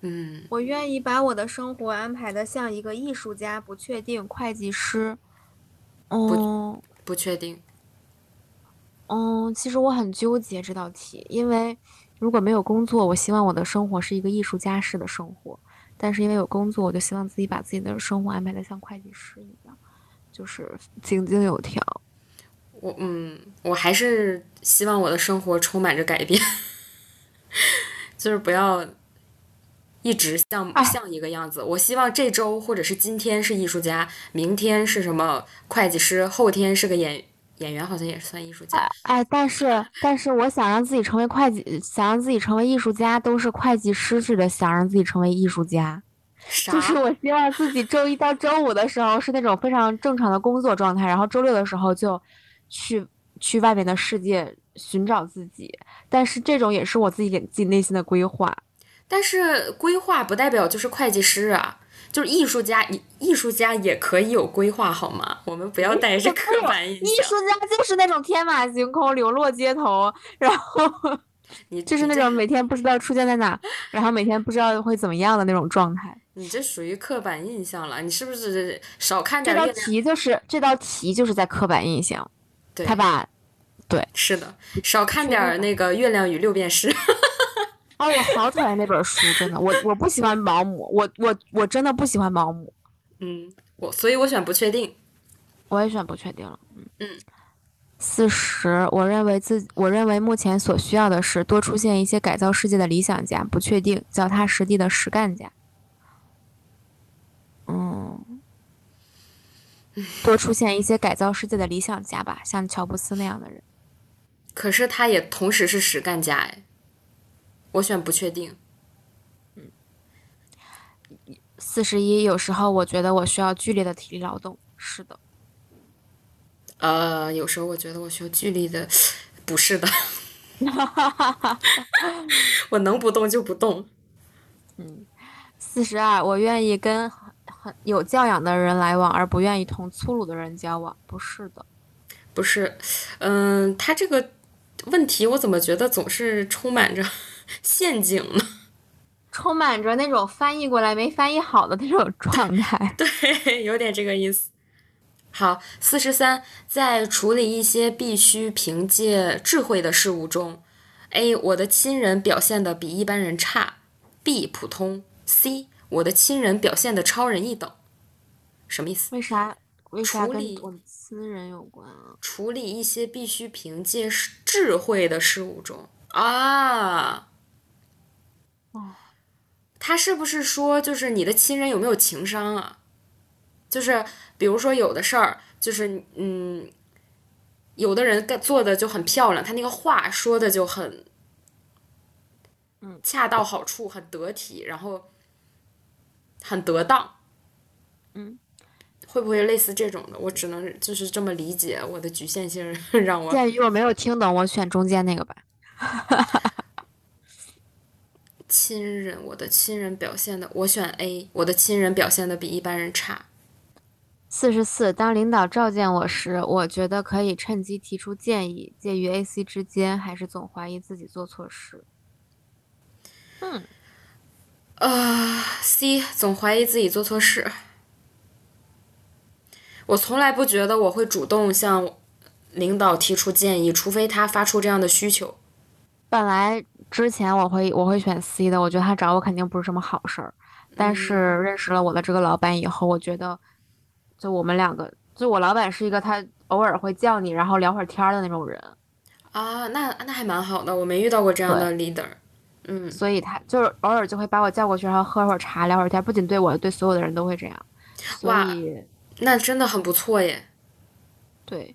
Speaker 1: 嗯，
Speaker 2: 我愿意把我的生活安排的像一个艺术家，不确定会计师。嗯
Speaker 1: 不确定。
Speaker 2: 嗯，其实我很纠结这道题，因为如果没有工作，我希望我的生活是一个艺术家式的生活；但是因为有工作，我就希望自己把自己的生活安排的像会计师一样，就是井井有条。
Speaker 1: 我嗯，我还是希望我的生活充满着改变， (laughs) 就是不要一直像
Speaker 2: 哎
Speaker 1: 像一个样子。我希望这周或者是今天是艺术家，明天是什么会计师，后天是个演演员，好像也算艺术家。
Speaker 2: 哎，但是但是我想让自己成为会计，想让自己成为艺术家，都是会计师似的，想让自己成为艺术家。
Speaker 1: 啥？
Speaker 2: 就是我希望自己周一到周五的时候是那种非常正常的工作状态，然后周六的时候就去去外面的世界寻找自己。但是这种也是我自己给自己内心的规划。
Speaker 1: 但是规划不代表就是会计师啊，就是艺术家，艺艺术家也可以有规划，好吗？我们不
Speaker 2: 哎
Speaker 1: 要带着刻板印
Speaker 2: 艺
Speaker 1: 象。
Speaker 2: 术家就是那种天马行空、流落街头，然后
Speaker 1: 你
Speaker 2: (laughs) 就是那
Speaker 1: 你这
Speaker 2: 种每天不知道出现在哪，然后每天不知道会怎么样的那种状态。
Speaker 1: 你这属于刻板印象了，你是不是少看
Speaker 2: 这
Speaker 1: 点
Speaker 2: 道
Speaker 1: 月亮？
Speaker 2: 题就是这道题就是在刻板印象，
Speaker 1: 对
Speaker 2: 他，把
Speaker 1: 是的，少看点那个《月亮与六便士》。 (laughs)
Speaker 2: 哦，我好讨厌那本书，真的，我我不喜欢毛姆，我我我真的不喜欢毛姆，
Speaker 1: 嗯，我所以，我选不确定。
Speaker 2: 我也选不确定了。嗯
Speaker 1: 嗯
Speaker 2: 四十，我认为自我认为目前所需要的是多出现一些改造世界的理想家，不确定、脚踏实地的实干家。嗯，多出现一些改造世界的理想家吧，像乔布斯那样的人。
Speaker 1: 可是他也同时是实干家哎，我选不确定。
Speaker 2: 四十一，有时候我觉得我需要剧烈的体力劳动。是的。
Speaker 1: 呃，有时候我觉得我需要剧烈的， (sniffs) 不是
Speaker 2: (laughs)
Speaker 1: 的， (laughs) 我能不动就不动。
Speaker 2: 四十二，我愿意跟很很有教养的人来往，而不愿意同粗鲁的人交往。不是的，
Speaker 1: 不是，嗯，他这个问题我怎么觉得总是充满着 (laughs) 陷阱呢？ (laughs)
Speaker 2: 充满着那种翻译过来没翻译好的那 (laughs) 种状态。
Speaker 1: 对，有点这个意思。好，四十三，在处理一些必须凭借智慧的事物中，A. 我的亲人表现的比一般人差；B. 普通；C. 我的亲人表现的超人一等。什么意思？
Speaker 2: 为啥？为啥
Speaker 1: 处
Speaker 2: 跟
Speaker 1: 理
Speaker 2: 我们私人有关啊？
Speaker 1: 处理一些必须凭借智慧的事物中啊。
Speaker 2: 哦，
Speaker 1: 他是不是说就是你的亲人有没有情商啊？就是比如说有的事儿，就是嗯，有的人干做的就很漂亮，他那个话说的就很，
Speaker 2: 嗯
Speaker 1: 恰到好处，很得体，然后很得当，
Speaker 2: 嗯，
Speaker 1: 会不会类似这种的？我只能就是这么理解，我的局限性 (laughs) 让我
Speaker 2: 鉴于我没有听懂，我选中间那个吧。
Speaker 1: 亲人，我的亲人表现的，我选 A，我的亲人表现的比一般人差。
Speaker 2: 四十四，当领导召见我时，我觉得可以趁机提出建议，介于 A、C 之间，还是总怀疑自己做错事。嗯，
Speaker 1: C 总怀疑自己做错事。我从来不觉得我会主动向领导提出建议，除非他发出这样的需求。
Speaker 2: 本来之前我会我会选 C 的，我觉得他找我肯定不是什么好事儿。但是认识了我的这个老板以后，我觉得，就我们两个，就我老板是一个他偶尔会叫你，然后聊会儿天儿的那种人，
Speaker 1: 啊，那那还蛮好的，我没遇到过这样的 leader。嗯，
Speaker 2: 所以他就是偶尔就会把我叫过去，然后喝会儿茶，聊会儿天儿。不仅对我，对所有的人都会这样。所
Speaker 1: 哇
Speaker 2: 以，
Speaker 1: 那真的很不错耶。
Speaker 2: 对，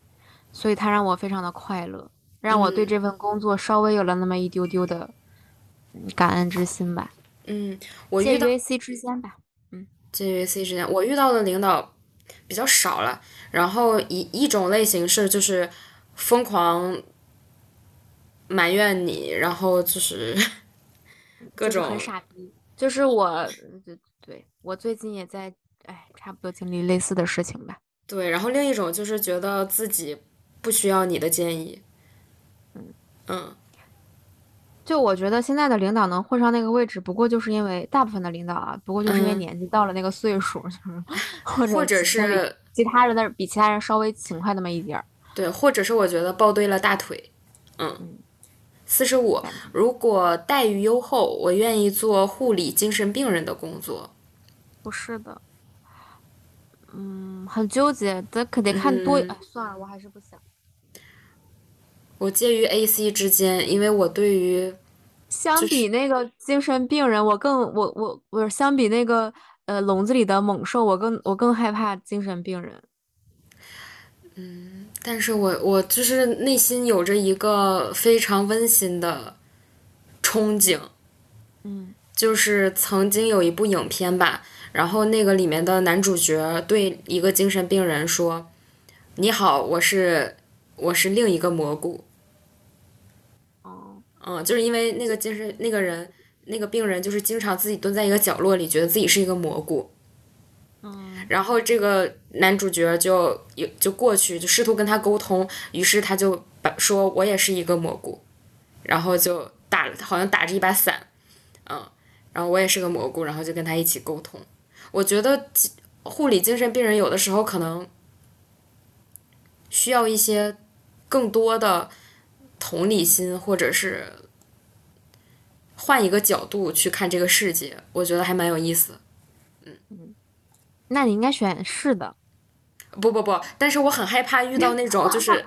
Speaker 2: 所以他让我非常的快乐，让我对
Speaker 1: 嗯
Speaker 2: 这份工作稍微有了那么一丢丢的嗯感恩之心吧，
Speaker 1: 嗯，我
Speaker 2: 介
Speaker 1: 遇
Speaker 2: 于
Speaker 1: 到
Speaker 2: A C 之间吧。
Speaker 1: 介于 C 之间，我遇到的领导比较少了。然后一一种类型是就是疯狂埋怨你，然后就是 (laughs) 各
Speaker 2: 就是
Speaker 1: 种
Speaker 2: 很傻逼。就是我，对对，我最近也在，哎，差不多经历类似的事情吧。
Speaker 1: 对，然后另一种就是觉得自己不需要你的建议。嗯
Speaker 2: 就我觉得现在的领导能混上那个位置，不过就是因为大部分的领导啊，不过就是因为
Speaker 1: 嗯
Speaker 2: 年纪到了那个岁数，就是 (laughs) 或
Speaker 1: 或者
Speaker 2: 其他比
Speaker 1: 是
Speaker 2: 其他人的比其他人稍微勤快那么一点儿。
Speaker 1: 对，或者是我觉得抱对了大腿。嗯，四十五，如果待遇优厚，我愿意做护理精神病人的工作。
Speaker 2: 不是的，嗯，很纠结，得可得看多。
Speaker 1: 嗯
Speaker 2: 哎，算了，我还是不想。
Speaker 1: 我介于 A、C 之间，因为我对于
Speaker 2: 相
Speaker 1: 就是
Speaker 2: 比那个精神病人，我更我我我相比那个呃笼子里的猛兽，我更我更害怕精神病人。
Speaker 1: 但是我我就是内心有着一个非常温馨的憧憬，
Speaker 2: 嗯，
Speaker 1: 就是曾经有一部影片吧，然后那个里面的男主角对一个精神病人说：“你好，我是我是另一个蘑菇。
Speaker 2: 哦，”
Speaker 1: 嗯，就是因为那个精神那个人那个病人就是经常自己蹲在一个角落里，觉得自己是一个蘑菇。
Speaker 2: 嗯，
Speaker 1: 然后这个男主角就有就过去就试图跟他沟通，于是他就把说我也是一个蘑菇，然后就打好像打着一把伞，嗯，然后我也是个蘑菇，然后就跟他一起沟通。我觉得其护理精神病人有的时候可能需要一些更多的同理心，或者是换一个角度去看这个世界，我觉得还蛮有意思的。
Speaker 2: 那你应该选是的。
Speaker 1: 不不不，但是我很害怕遇到那种，就是，
Speaker 2: (laughs)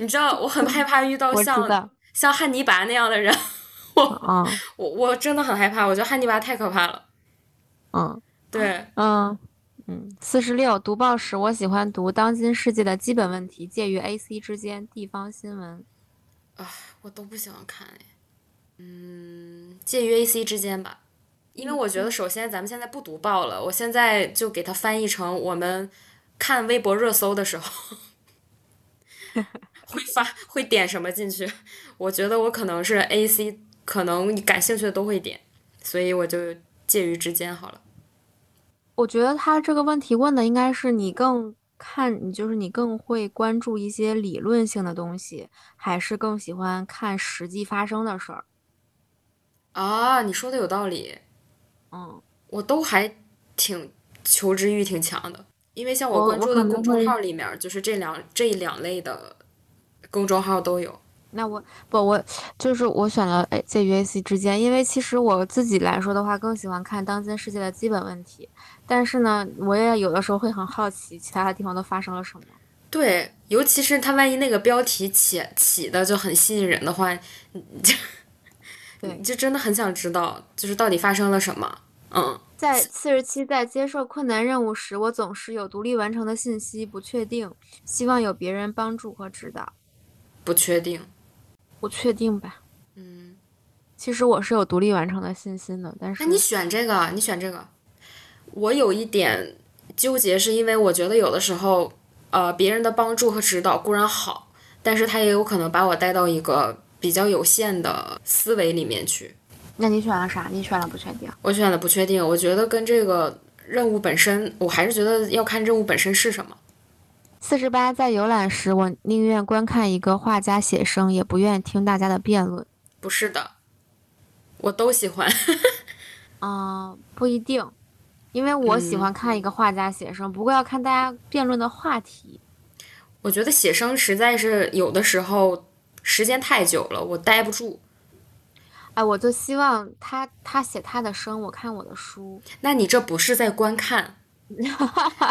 Speaker 1: 你知道，我很害怕遇到
Speaker 2: 我知
Speaker 1: 像
Speaker 2: 道
Speaker 1: 像汉尼拔那样的人，
Speaker 2: 嗯
Speaker 1: 我我真的很害怕，我觉得汉尼拔太可怕了。
Speaker 2: 嗯
Speaker 1: 对，
Speaker 2: 嗯嗯。四十六，读报时，我喜欢读当今世界的基本问题，介于 A、C 之间，地方新闻。
Speaker 1: 我都不喜欢看哎，嗯，介于 A C 之间吧，因为我觉得首先咱们现在不读报了，我现在就给它翻译成我们看微博热搜的时候会发会点什么进去，我觉得我可能是 A C，可能你感兴趣的都会点，所以我就介于之间好了。
Speaker 2: 我觉得他这个问题问的应该是你更看，你就是你更会关注一些理论性的东西，还是更喜欢看实际发生的事儿？
Speaker 1: 啊，你说的有道理，
Speaker 2: 嗯，
Speaker 1: 我都还挺求知欲挺强的，因为像我
Speaker 2: 我
Speaker 1: 关
Speaker 2: 哦我
Speaker 1: 注的
Speaker 2: 可能
Speaker 1: 公众
Speaker 2: 会
Speaker 1: 号里面儿，就是这两这两类的公众号都有。
Speaker 2: 那我不我就是我选了哎介于 A、C 之间，因为其实我自己来说的话，更喜欢看当今世界的基本问题，但是呢，我也有的时候会很好奇其他的地方都发生了什么。
Speaker 1: 对，尤其是它万一那个标题起起的就很吸引人的话，
Speaker 2: 对
Speaker 1: (laughs) 你，就真的很想知道，就是到底发生了什么。嗯，
Speaker 2: 在四十七，在接受困难任务时，我总是有独立完成的信息不确定，希望有别人帮助和指导。
Speaker 1: 不确定。
Speaker 2: 不确定吧？
Speaker 1: 嗯，
Speaker 2: 其实我是有独立完成的信心的，但是
Speaker 1: 那啊你选这个，你选这个。我有一点纠结，是因为我觉得有的时候，呃，别人的帮助和指导固然好，但是他也有可能把我带到一个比较有限的思维里面去。
Speaker 2: 那你选了啥？你选了不确定。
Speaker 1: 我选的不确定，我觉得跟这个任务本身，我还是觉得要看任务本身是什么。
Speaker 2: 四十八，在游览时，我宁愿观看一个画家写生，也不愿听大家的辩论。
Speaker 1: 不是的，我都喜欢。 (laughs)
Speaker 2: 嗯、不一定，因为我喜欢
Speaker 1: 嗯
Speaker 2: 看一个画家写生，不过要看大家辩论的话题。
Speaker 1: 我觉得写生实在是有的时候时间太久了，我待不住。
Speaker 2: 哎，我就希望他他写他的生，我看我的书。
Speaker 1: 那你这不是在观看，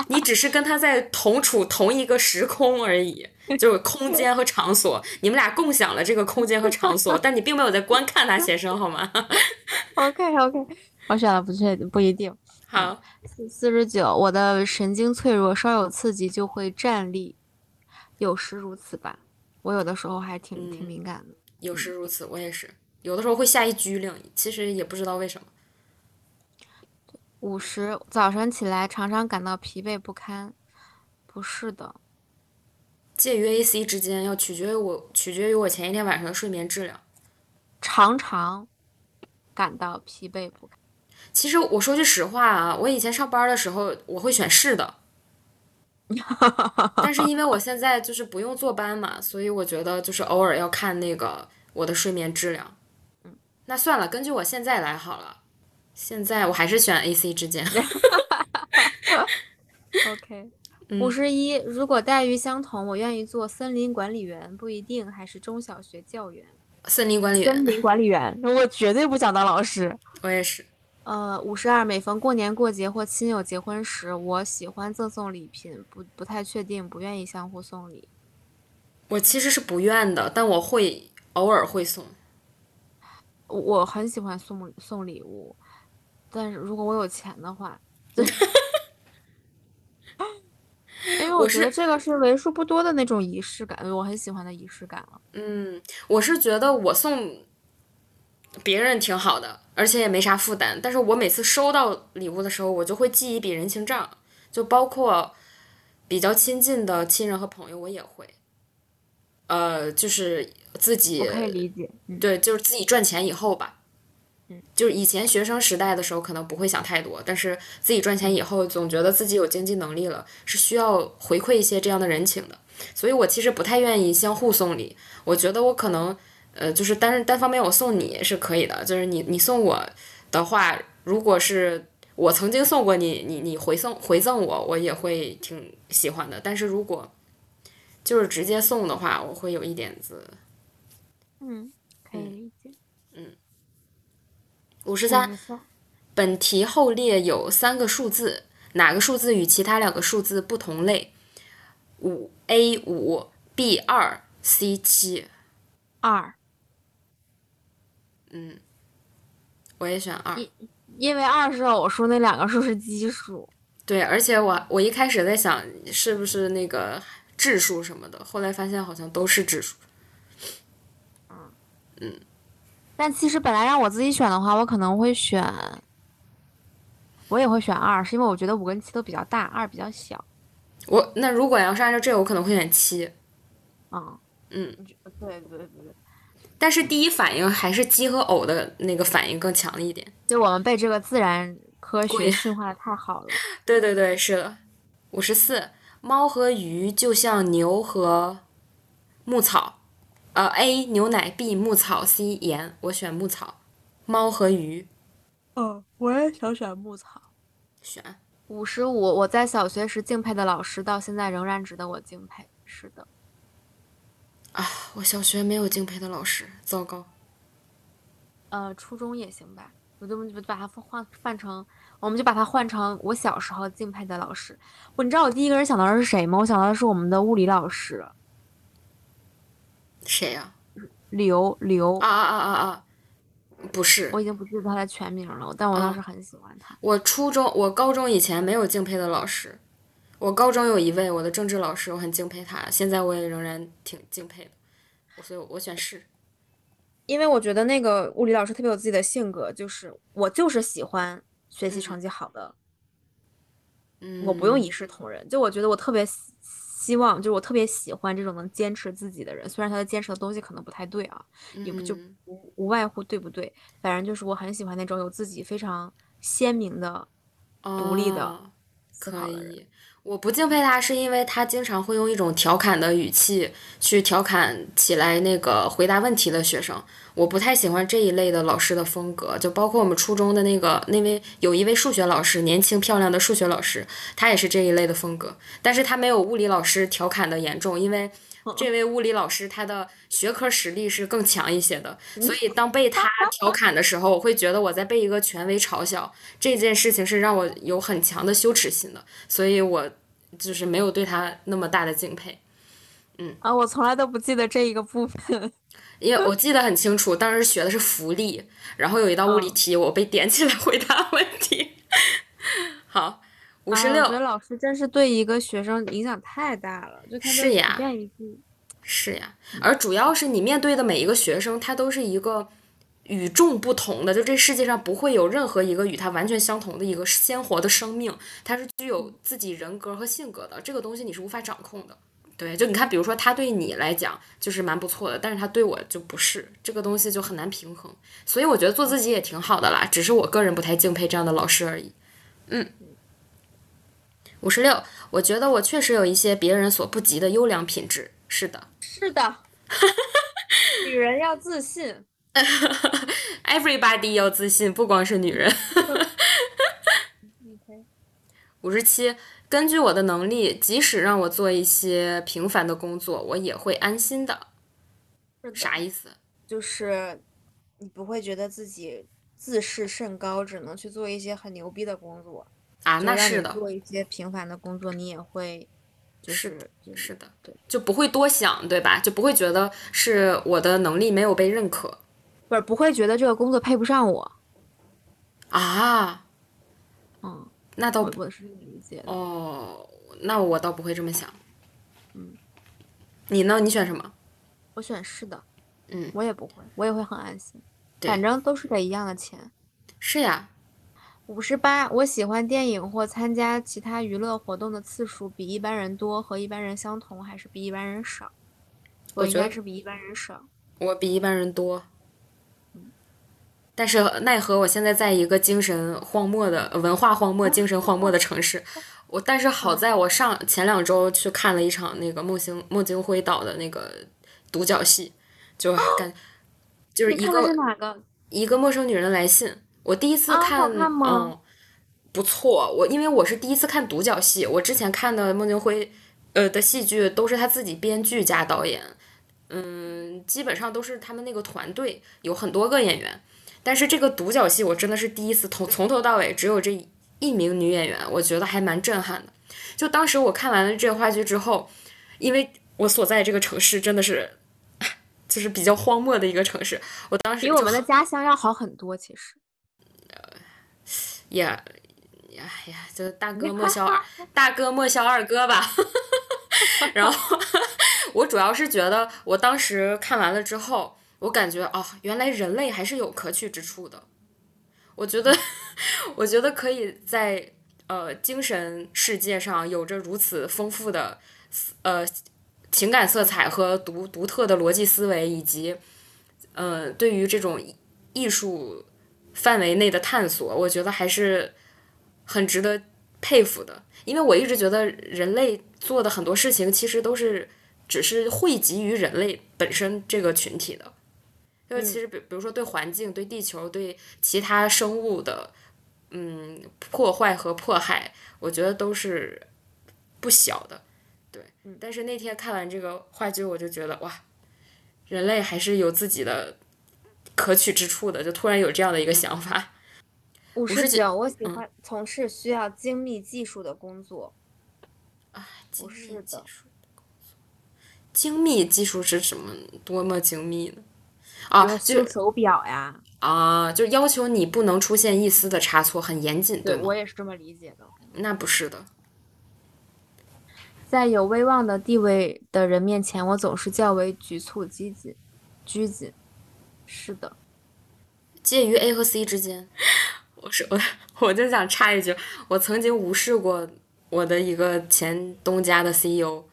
Speaker 1: 你只是跟他在同处同一个时空而已，就是空间和场所，你们俩共享了这个空间和场所，但你并没有在观看他写生，好吗？ (laughs)
Speaker 2: OK OK，我选了不确不一定。
Speaker 1: 好，
Speaker 2: 四十九，我的神经脆弱，稍有刺激就会站立，有时如此吧。我有的时候还挺、挺敏感的。
Speaker 1: 有时如此，我也是，有的时候会下一拘灵，其实也不知道为什么。
Speaker 2: 五十，早晨起来常常感到疲惫不堪，不是的，
Speaker 1: 介于 A、C 之间，要取决于我取决于我前一天晚上的睡眠质量。
Speaker 2: 常常感到疲惫不堪。
Speaker 1: 其实我说句实话啊，我以前上班的时候我会选是的，但是因为我现在就是不用坐班嘛，所以我觉得就是偶尔要看那个我的睡眠质量。嗯，那算了，根据我现在来好了。现在我还是选 A、C 之间。 (laughs)
Speaker 2: OK，五 (laughs) 嗯十一，如果待遇相同，我愿意做森林管理员，不一定还是中小学教员。
Speaker 1: 森林管理员，
Speaker 2: 林管理员，我绝对不想当老师。
Speaker 1: 我也是。
Speaker 2: 呃，五十二，每逢过年过节或亲友结婚时，我喜欢赠送礼品，不不太确定，不愿意相互送礼。
Speaker 1: 我其实是不愿的，但我会偶尔会送。
Speaker 2: 我我很喜欢送送礼物，但是如果我有钱的话，对因为我
Speaker 1: 我
Speaker 2: 觉
Speaker 1: 是
Speaker 2: 得这个是为数不多的那种仪式感，我很喜欢的仪式感了。
Speaker 1: 嗯，我是觉得我送别人挺好的，而且也没啥负担。但是我每次收到礼物的时候，我就会记一笔人情账，就包括比较亲近的亲人和朋友，我也会。呃，就是自己
Speaker 2: 我可以理解，嗯，
Speaker 1: 对，就是自己赚钱以后吧。
Speaker 2: 嗯，
Speaker 1: 就是以前学生时代的时候，可能不会想太多，但是自己赚钱以后，总觉得自己有经济能力了，是需要回馈一些这样的人情的。所以我其实不太愿意相互送礼，我觉得我可能，呃，就是单是单方面我送你是可以的，就是你你送我的话，如果是我曾经送过你，你你回送回赠我，我也会挺喜欢的。但是如果就是直接送的话，我会有一点子
Speaker 2: 嗯，可以
Speaker 1: 嗯
Speaker 2: 理解。嗯
Speaker 1: 五十三
Speaker 2: 没错
Speaker 1: 本题后列有三个数字，哪个数字与其他两个数字不同类？五 A 五 B 二 C 七，
Speaker 2: 二，
Speaker 1: 嗯，我也选二。
Speaker 2: 因为二是偶数，那两个数是奇数。
Speaker 1: 对，而且我我一开始在想是不是那个质数什么的，后来发现好像都是质数。
Speaker 2: 但其实本来让我自己选的话，我可能会选，我也会选二，是因为我觉得五跟七都比较大，二比较小。
Speaker 1: 我那如果要是按照这个，我可能会选七。
Speaker 2: 嗯
Speaker 1: 嗯，
Speaker 2: 对对对对，
Speaker 1: 但是第一反应还是鸡和偶的那个反应更强一点。
Speaker 2: 就我们被这个自然科
Speaker 1: 鬼
Speaker 2: 学驯化的太好了。
Speaker 1: 对对对，是的。五十四，猫和鱼就像牛和牧草，呃，A 牛奶，B 牧草，C 盐。我选牧草，猫和鱼
Speaker 2: 嗯，我也想选牧草。
Speaker 1: 选。
Speaker 2: 五十五，我在小学时敬佩的老师，到现在仍然值得我敬佩。是的，
Speaker 1: 啊我小学没有敬佩的老师，糟糕。
Speaker 2: 呃，初中也行吧，我就我就把它换换成，我们就把它换成我小时候敬佩的老师。我你知道我第一个人想到的是谁吗？我想到的是我们的物理老师
Speaker 1: 谁呀、
Speaker 2: 刘刘
Speaker 1: 啊？，啊啊啊啊啊！不是
Speaker 2: 我，已经不记得他的全名了，但我当时很喜欢他。
Speaker 1: 我初中、我高中以前没有敬佩的老师。我高中有一位我的政治老师，我很敬佩他，现在我也仍然挺敬佩的。我所以我选是，
Speaker 2: 因为我觉得那个物理老师特别有自己的性格，就是我就是喜欢学习成绩好的，
Speaker 1: 嗯，
Speaker 2: 我不用一视同仁。就我觉得我特别希希望，就是我特别喜欢这种能坚持自己的人，虽然他的坚持的东西可能不太对啊，也不就
Speaker 1: 嗯
Speaker 2: 无无外乎对不对，反正就是我很喜欢那种有自己非常鲜明的独立的
Speaker 1: 哦
Speaker 2: 思
Speaker 1: 可
Speaker 2: 考的人。
Speaker 1: 以，我不敬佩他，是因为他经常会用一种调侃的语气去调侃起来那个回答问题的学生。我不太喜欢这一类的老师的风格，就包括我们初中的那个那位有一位数学老师，年轻漂亮的数学老师，他也是这一类的风格，但是他没有物理老师调侃的严重，因为。这位物理老师他的学科实力是更强一些的，所以嗯当被他调侃的时候，我会觉得我在被一个权威嘲笑，这件事情是让我有很强的羞耻心的，所以我就是没有对他那么大的敬佩。
Speaker 2: 啊，我从来都不记得这一个部分。
Speaker 1: 因为我记得很清楚，当时学的是浮力，然后有一道物理
Speaker 2: 嗯
Speaker 1: 题，我被点起来回答问题。 (laughs) 好，五十
Speaker 2: 哎我觉得
Speaker 1: 六
Speaker 2: 老师真是对一个学生影响太大了，就他
Speaker 1: 是
Speaker 2: 的随
Speaker 1: 呀
Speaker 2: 便一句，
Speaker 1: 是呀，而主要是你面对的每一个学生，他都是一个与众不同的，就这世界上不会有任何一个与他完全相同的一个鲜活的生命，他是具有自己人格和性格的，这个东西你是无法掌控的。对，就你看，比如说他对你来讲就是蛮不错的，但是他对我就不是，这个东西就很难平衡。所以我觉得做自己也挺好的啦，只是我个人不太敬佩这样的老师而已。嗯，五十六，我觉得我确实有一些别人所不及的优良品质。是的，
Speaker 2: 是的，女人要自信。
Speaker 1: Everybody 要自信，不光是女人。
Speaker 2: (laughs) OK，
Speaker 1: 五十七，根据我的能力，即使让我做一些平凡的工作，我也会安心的。
Speaker 2: 是的
Speaker 1: 啥意思？
Speaker 2: 就是你不会觉得自己自视甚高，只能去做一些很牛逼的工作。
Speaker 1: 啊，
Speaker 2: 就
Speaker 1: 那
Speaker 2: 让
Speaker 1: 是
Speaker 2: 你
Speaker 1: 的，
Speaker 2: 做一些平凡的工作，你也会就是是就是
Speaker 1: 的，
Speaker 2: 对，
Speaker 1: 就不会多想，对吧？就不会觉得是我的能力没有被认可
Speaker 2: 不是不会觉得这个工作配不上我。
Speaker 1: 啊。
Speaker 2: 嗯，
Speaker 1: 那倒
Speaker 2: 我
Speaker 1: 不
Speaker 2: 我是这么理解的。
Speaker 1: 哦，那我倒不会这么想。
Speaker 2: 嗯
Speaker 1: 你呢？你选什么？
Speaker 2: 我选是的，
Speaker 1: 嗯
Speaker 2: 我也不会，我也会很安心。
Speaker 1: 对
Speaker 2: 反正都是给一样的钱。
Speaker 1: 是呀，
Speaker 2: 五十八，我喜欢电影或参加其他娱乐活动的次数比一般人多，和一般人相同，还是比一般人少？
Speaker 1: 我
Speaker 2: 应
Speaker 1: 觉
Speaker 2: 该
Speaker 1: 得
Speaker 2: 是比一般人少。
Speaker 1: 我比一般人多，但是奈何我现在在一个精神荒漠的呃文化荒漠、精神荒漠的城
Speaker 2: (laughs)
Speaker 1: 市。我但是好在我上前两周去看了一场那个孟京孟京辉导的那个独角戏，就感就是
Speaker 2: 哦你
Speaker 1: 一
Speaker 2: 看的是
Speaker 1: 个
Speaker 2: 哪个？
Speaker 1: 一个陌生女人来信。我第一次
Speaker 2: 啊
Speaker 1: 看，
Speaker 2: 好看吗
Speaker 1: 嗯，不错。我因为我是第一次看独角戏，我之前看的孟京辉呃的戏剧都是他自己编剧加导演，嗯，基本上都是他们那个团队有很多个演员，但是这个独角戏我真的是第一次从从头到尾只有这一名女演员，我觉得还蛮震撼的。就当时我看完了这个话剧之后，因为我所在这个城市真的是。 (laughs) 就是比较荒漠的一个城市，我当时
Speaker 2: 比我
Speaker 1: 就
Speaker 2: 们的家乡要好很多，其实。
Speaker 1: 也，哎呀，就大哥莫笑二，大哥莫笑二哥吧。 (laughs) 然后我主要是觉得，我当时看完了之后，我感觉哦，原来人类还是有可取之处的。我觉得， (laughs) 我觉得可以在呃精神世界上有着如此丰富的呃情感色彩和独独特的逻辑思维，以及呃对于这种艺艺术范围内的探索，我觉得还是很值得佩服的。因为我一直觉得人类做的很多事情，其实都是只是汇集于人类本身这个群体的。就是其实比比如说对环境、对地球、对其他生物的，嗯，破坏和迫害，我觉得都是不小的。对，但是那天看完这个话剧，我就觉得哇，人类还是有自己的可取之处的，就突然有这样的一个想法。
Speaker 2: 五
Speaker 1: 十
Speaker 2: 十
Speaker 1: 几
Speaker 2: 九，我喜
Speaker 1: 嗯
Speaker 2: 欢从事需要精密技术的工作。
Speaker 1: 精
Speaker 2: 不
Speaker 1: 密
Speaker 2: 是
Speaker 1: 技
Speaker 2: 的
Speaker 1: 术的工作。精密技术是什么？多么精密呢？
Speaker 2: 比
Speaker 1: 啊，
Speaker 2: 如
Speaker 1: 就
Speaker 2: 修手表呀，
Speaker 1: 啊，就要求你不能出现一丝的差错，很严谨，
Speaker 2: 对
Speaker 1: 吗
Speaker 2: 我？也是这么理解的。
Speaker 1: 那不是的，
Speaker 2: 在有威望的地位的人面前，我总是较为局促、激进、拘谨。是的，
Speaker 1: 介于 A 和 C 之间。 (laughs) 我是我，我就想插一句，我曾经无视过我的一个前东家的 CEO，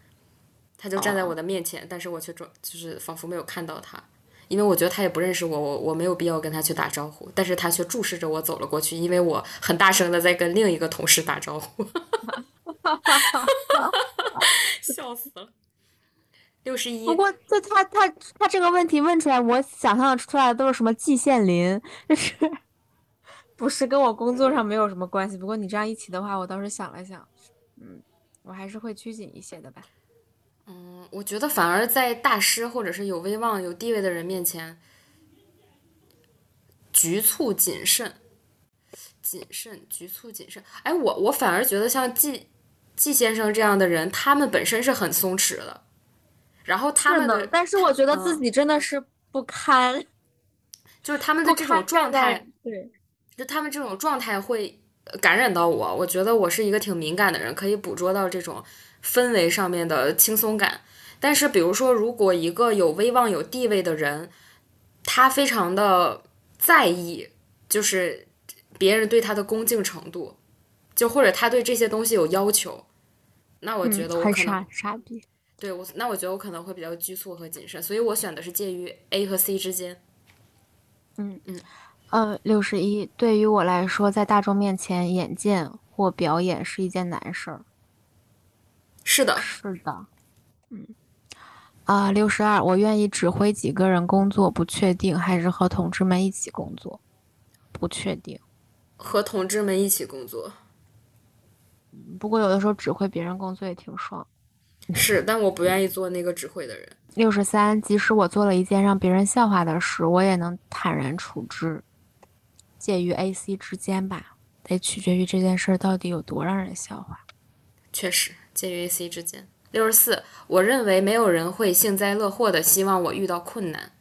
Speaker 1: 他就站在我的面前，但是我却装就是仿佛没有看到他，因为我觉得他也不认识我，我我没有必要跟他去打招呼，但是他却注视着我走了过去，因为我很大声的在跟另一个同事打招呼， (laughs) 笑死了。六十一
Speaker 2: 不，过这他他他这个问题问出来，我想象出来的都是什么季羡林，就是 (laughs) 不是跟我工作上没有什么关系。不过你这样一起的话，我倒是想了想，嗯，我还是会拘谨一些的吧。
Speaker 1: 嗯，我觉得反而在大师或者是有威望、有地位的人面前，局促谨慎，谨慎，局促谨慎。哎，我我反而觉得像季季先生这样的人，他们本身是很松弛的，然后他
Speaker 2: 是
Speaker 1: 们
Speaker 2: 的，
Speaker 1: 的
Speaker 2: 但是我觉得自
Speaker 1: 嗯
Speaker 2: 己真的是不堪，
Speaker 1: 就是他们的
Speaker 2: 不
Speaker 1: 这
Speaker 2: 堪
Speaker 1: 种状
Speaker 2: 看
Speaker 1: 态
Speaker 2: 待，对，
Speaker 1: 就他们这种状态会呃感染到我。我觉得我是一个挺敏感的人，可以捕捉到这种氛围上面的轻松感。但是，比如说，如果一个有威望、有地位的人，他非常的在意，就是别人对他的恭敬程度，就或者他对这些东西有要求，那我觉
Speaker 2: 嗯
Speaker 1: 得，我
Speaker 2: 很
Speaker 1: 可能、
Speaker 2: 傻傻逼。
Speaker 1: 对我，那我觉得我可能会比较拘束和谨慎，所以我选的是介于 A 和 C 之间。
Speaker 2: 呃，六十一，对于我来说，在大众面前演见或表演是一件难事儿。
Speaker 1: 是的，
Speaker 2: 是的，嗯，啊，六十二，我愿意指挥几个人工作，不确定，还是和同志们一起工作，不确定。
Speaker 1: 和同志们一起工作。
Speaker 2: 不过有的时候指挥别人工作也挺爽。
Speaker 1: 是，但我不愿意做那个指挥的人。
Speaker 2: 六十三，即使我做了一件让别人笑话的事，我也能坦然处之，介于 A、C 之间吧，得取决于这件事儿到底有多让人笑话。
Speaker 1: 确实，介于 A、C 之间。六十四，我认为没有人会幸灾乐祸的希望我遇到困难。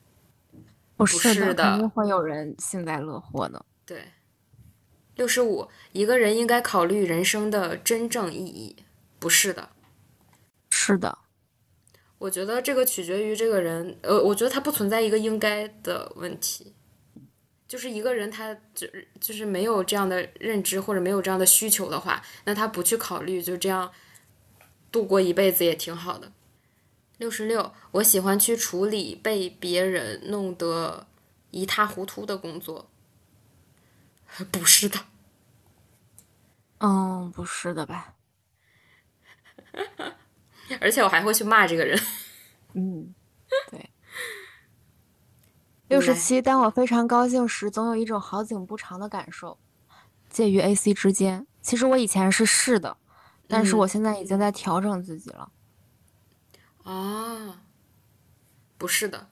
Speaker 2: 不
Speaker 1: 是
Speaker 2: 是的，
Speaker 1: 的
Speaker 2: 肯定会有人幸灾乐祸的。
Speaker 1: 对。六十五，一个人应该考虑人生的真正意义。不是的，
Speaker 2: 是的，
Speaker 1: 我觉得这个取决于这个人。呃，我觉得它不存在一个应该的问题，就是一个人他就就是没有这样的认知或者没有这样的需求的话，那他不去考虑，就这样度过一辈子也挺好的。六十六，我喜欢去处理被别人弄得一塌糊涂的工作。 (laughs) 不是的，
Speaker 2: 嗯，不是的吧？
Speaker 1: 而且我还会去骂这个人。 (laughs)
Speaker 2: 嗯， (laughs) 对。
Speaker 1: 你
Speaker 2: 六
Speaker 1: 来
Speaker 2: 十七，当我非常高兴时，总有一种好景不长的感受，介于 A、C 之间。其实我以前是是的，但是
Speaker 1: 嗯
Speaker 2: 我现在已经在调整自己了。
Speaker 1: 啊，不是的，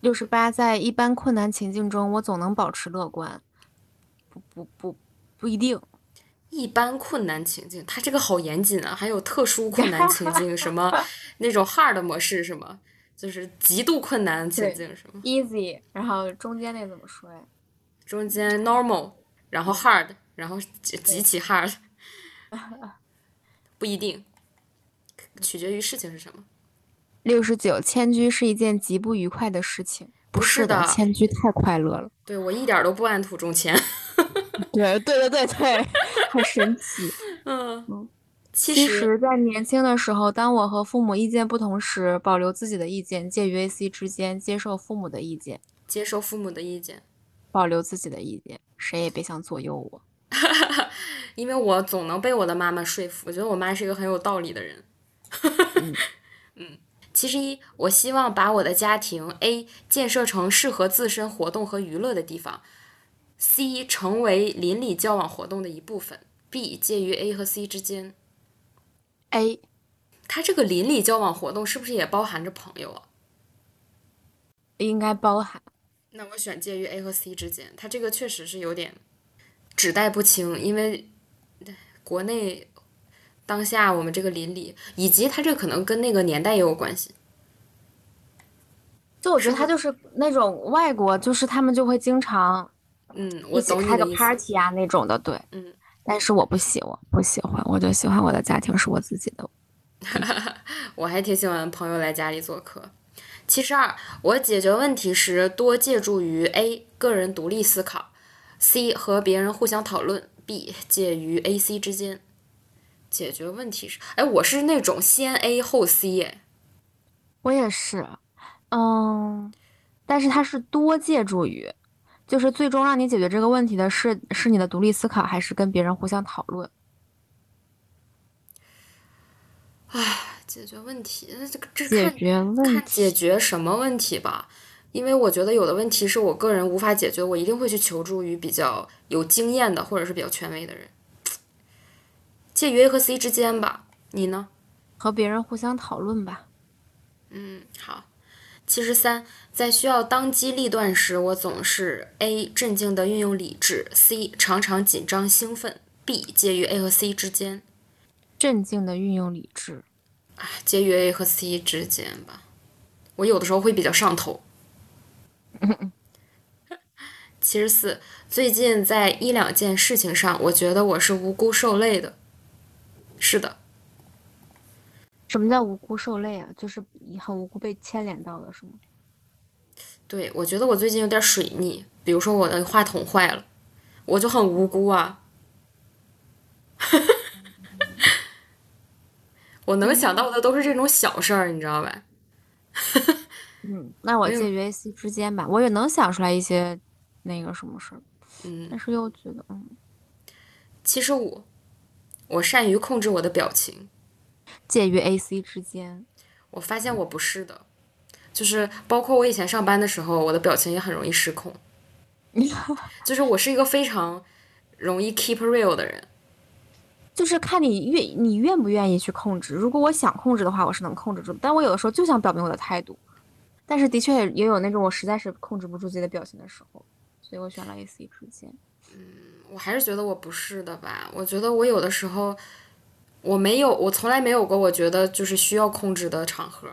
Speaker 2: 六十八，在一般困难情境中，我总能保持乐观。不不不，不一定。
Speaker 1: 一般困难情境，它这个好严谨啊，还有特殊困难情境，什 (laughs) 么那种 hard 模式，什么就是极度困难情
Speaker 2: 对
Speaker 1: 境，什么
Speaker 2: Easy，然后中间那怎么说呀？
Speaker 1: 中间 normal，然后 hard，然后极极其 (laughs) hard，不一定，取决于事情是什么。
Speaker 2: 六十九，迁居是一件极不愉快的事情。不
Speaker 1: 不是
Speaker 2: 是的，
Speaker 1: 的
Speaker 2: 迁居太快乐了。
Speaker 1: 对我一点儿都不按图中签。
Speaker 2: (laughs) 对对对对对，好神奇。
Speaker 1: 嗯
Speaker 2: 嗯，
Speaker 1: 其
Speaker 2: 其
Speaker 1: 实
Speaker 2: 实，在年轻的时候，当我和父母意见不同时，保留自己的意见，介于 A、C 之间，接受父母的意见，
Speaker 1: 接受父母的意见，
Speaker 2: 保留自己的意见，谁也别想左右我。
Speaker 1: 因为我总能被我的妈妈说服，我觉得我妈是一个很有道理的人。 (laughs)
Speaker 2: 嗯，
Speaker 1: 其实一，我希望把我的家庭 A 建设成适合自身活动和娱乐的地方，C 成为邻里交往活动的一部分，B 介于 A 和 C 之间。
Speaker 2: A
Speaker 1: 它这个邻里交往活动是不是也包含着朋友啊？
Speaker 2: 应该包含。
Speaker 1: 那我选介于 A 和 C 之间，它这个确实是有点指代不清，因为国内当下我们这个邻里，以及它这可能跟那个年代也有关系。
Speaker 2: 就我觉得
Speaker 1: 是
Speaker 2: 他
Speaker 1: 不
Speaker 2: 就是那种外国，就是他们就会经常
Speaker 1: 嗯，我
Speaker 2: 一起
Speaker 1: 懂你
Speaker 2: 开
Speaker 1: 的
Speaker 2: 个
Speaker 1: 意思。
Speaker 2: party 啊那种的，对。
Speaker 1: 嗯，
Speaker 2: 但是我不喜欢，不喜欢，我就喜欢我的家庭是我自己的。
Speaker 1: 我还挺喜欢朋友来家里做客。七十二，我解决问题时多借助于 A 个人独立思考，C 和别人互相讨论，B 介于 A、C 之间。解决问题时，哎，我是那种先 A 后 C 哎，
Speaker 2: 我也是，嗯，但是它是多借助于，就是最终让你解决这个问题的是是你的独立思考，还是跟别人互相讨论？
Speaker 1: 解决问题，那这个这
Speaker 2: 解
Speaker 1: 看
Speaker 2: 决问
Speaker 1: 看
Speaker 2: 题，
Speaker 1: 解决什么问题吧，因为我觉得有的问题是我个人无法解决，我一定会去求助于比较有经验的或者是比较权威的人。介于 A 和 C 之间吧，你呢？
Speaker 2: 和别人互相讨论吧。
Speaker 1: 嗯，好。七十三，在需要当机立断时，我总是 A 镇静地运用理智，C 常常紧张兴奋，B 介于 A 和 C 之间，
Speaker 2: 镇静的运用理智，
Speaker 1: 哎，介于 A 和 C 之间吧。我有的时候会比较上头。七十四，最近在一两件事情上，我觉得我是无辜受累的。是的，
Speaker 2: 什么叫无辜受累啊？就是你很无辜被牵连到了，是吗？
Speaker 1: 对，我觉得我最近有点水逆，比如说我的话筒坏了，我就很无辜啊。 (laughs) 我能想到的都是这种小事儿，你知道吧？
Speaker 2: 嗯，那我
Speaker 1: 没有
Speaker 2: 介于 A、C 之间吧，我也能想出来一些那个什么事儿，
Speaker 1: 嗯，
Speaker 2: 但是又觉得，嗯，
Speaker 1: 七十五，我善于控制我的表情。
Speaker 2: 介于 A、C 之间， (laughs)
Speaker 1: 我发现我不是的，就是包括我以前上班的时候，我的表情也很容易失控。就是我是一个非常容易 keep real 的人。
Speaker 2: 就是看你愿你愿不愿意去控制。如果我想控制的话，我是能控制住的，但我有的时候就想表明我的态度，但是的确也也有那种我实在是控制不住自己的表情的时候，所以我选了 A、C 之 (laughs) 间。
Speaker 1: 我还是觉得我不是的吧。我觉得我有的时候，我没有，我从来没有过我觉得就是需要控制的场合，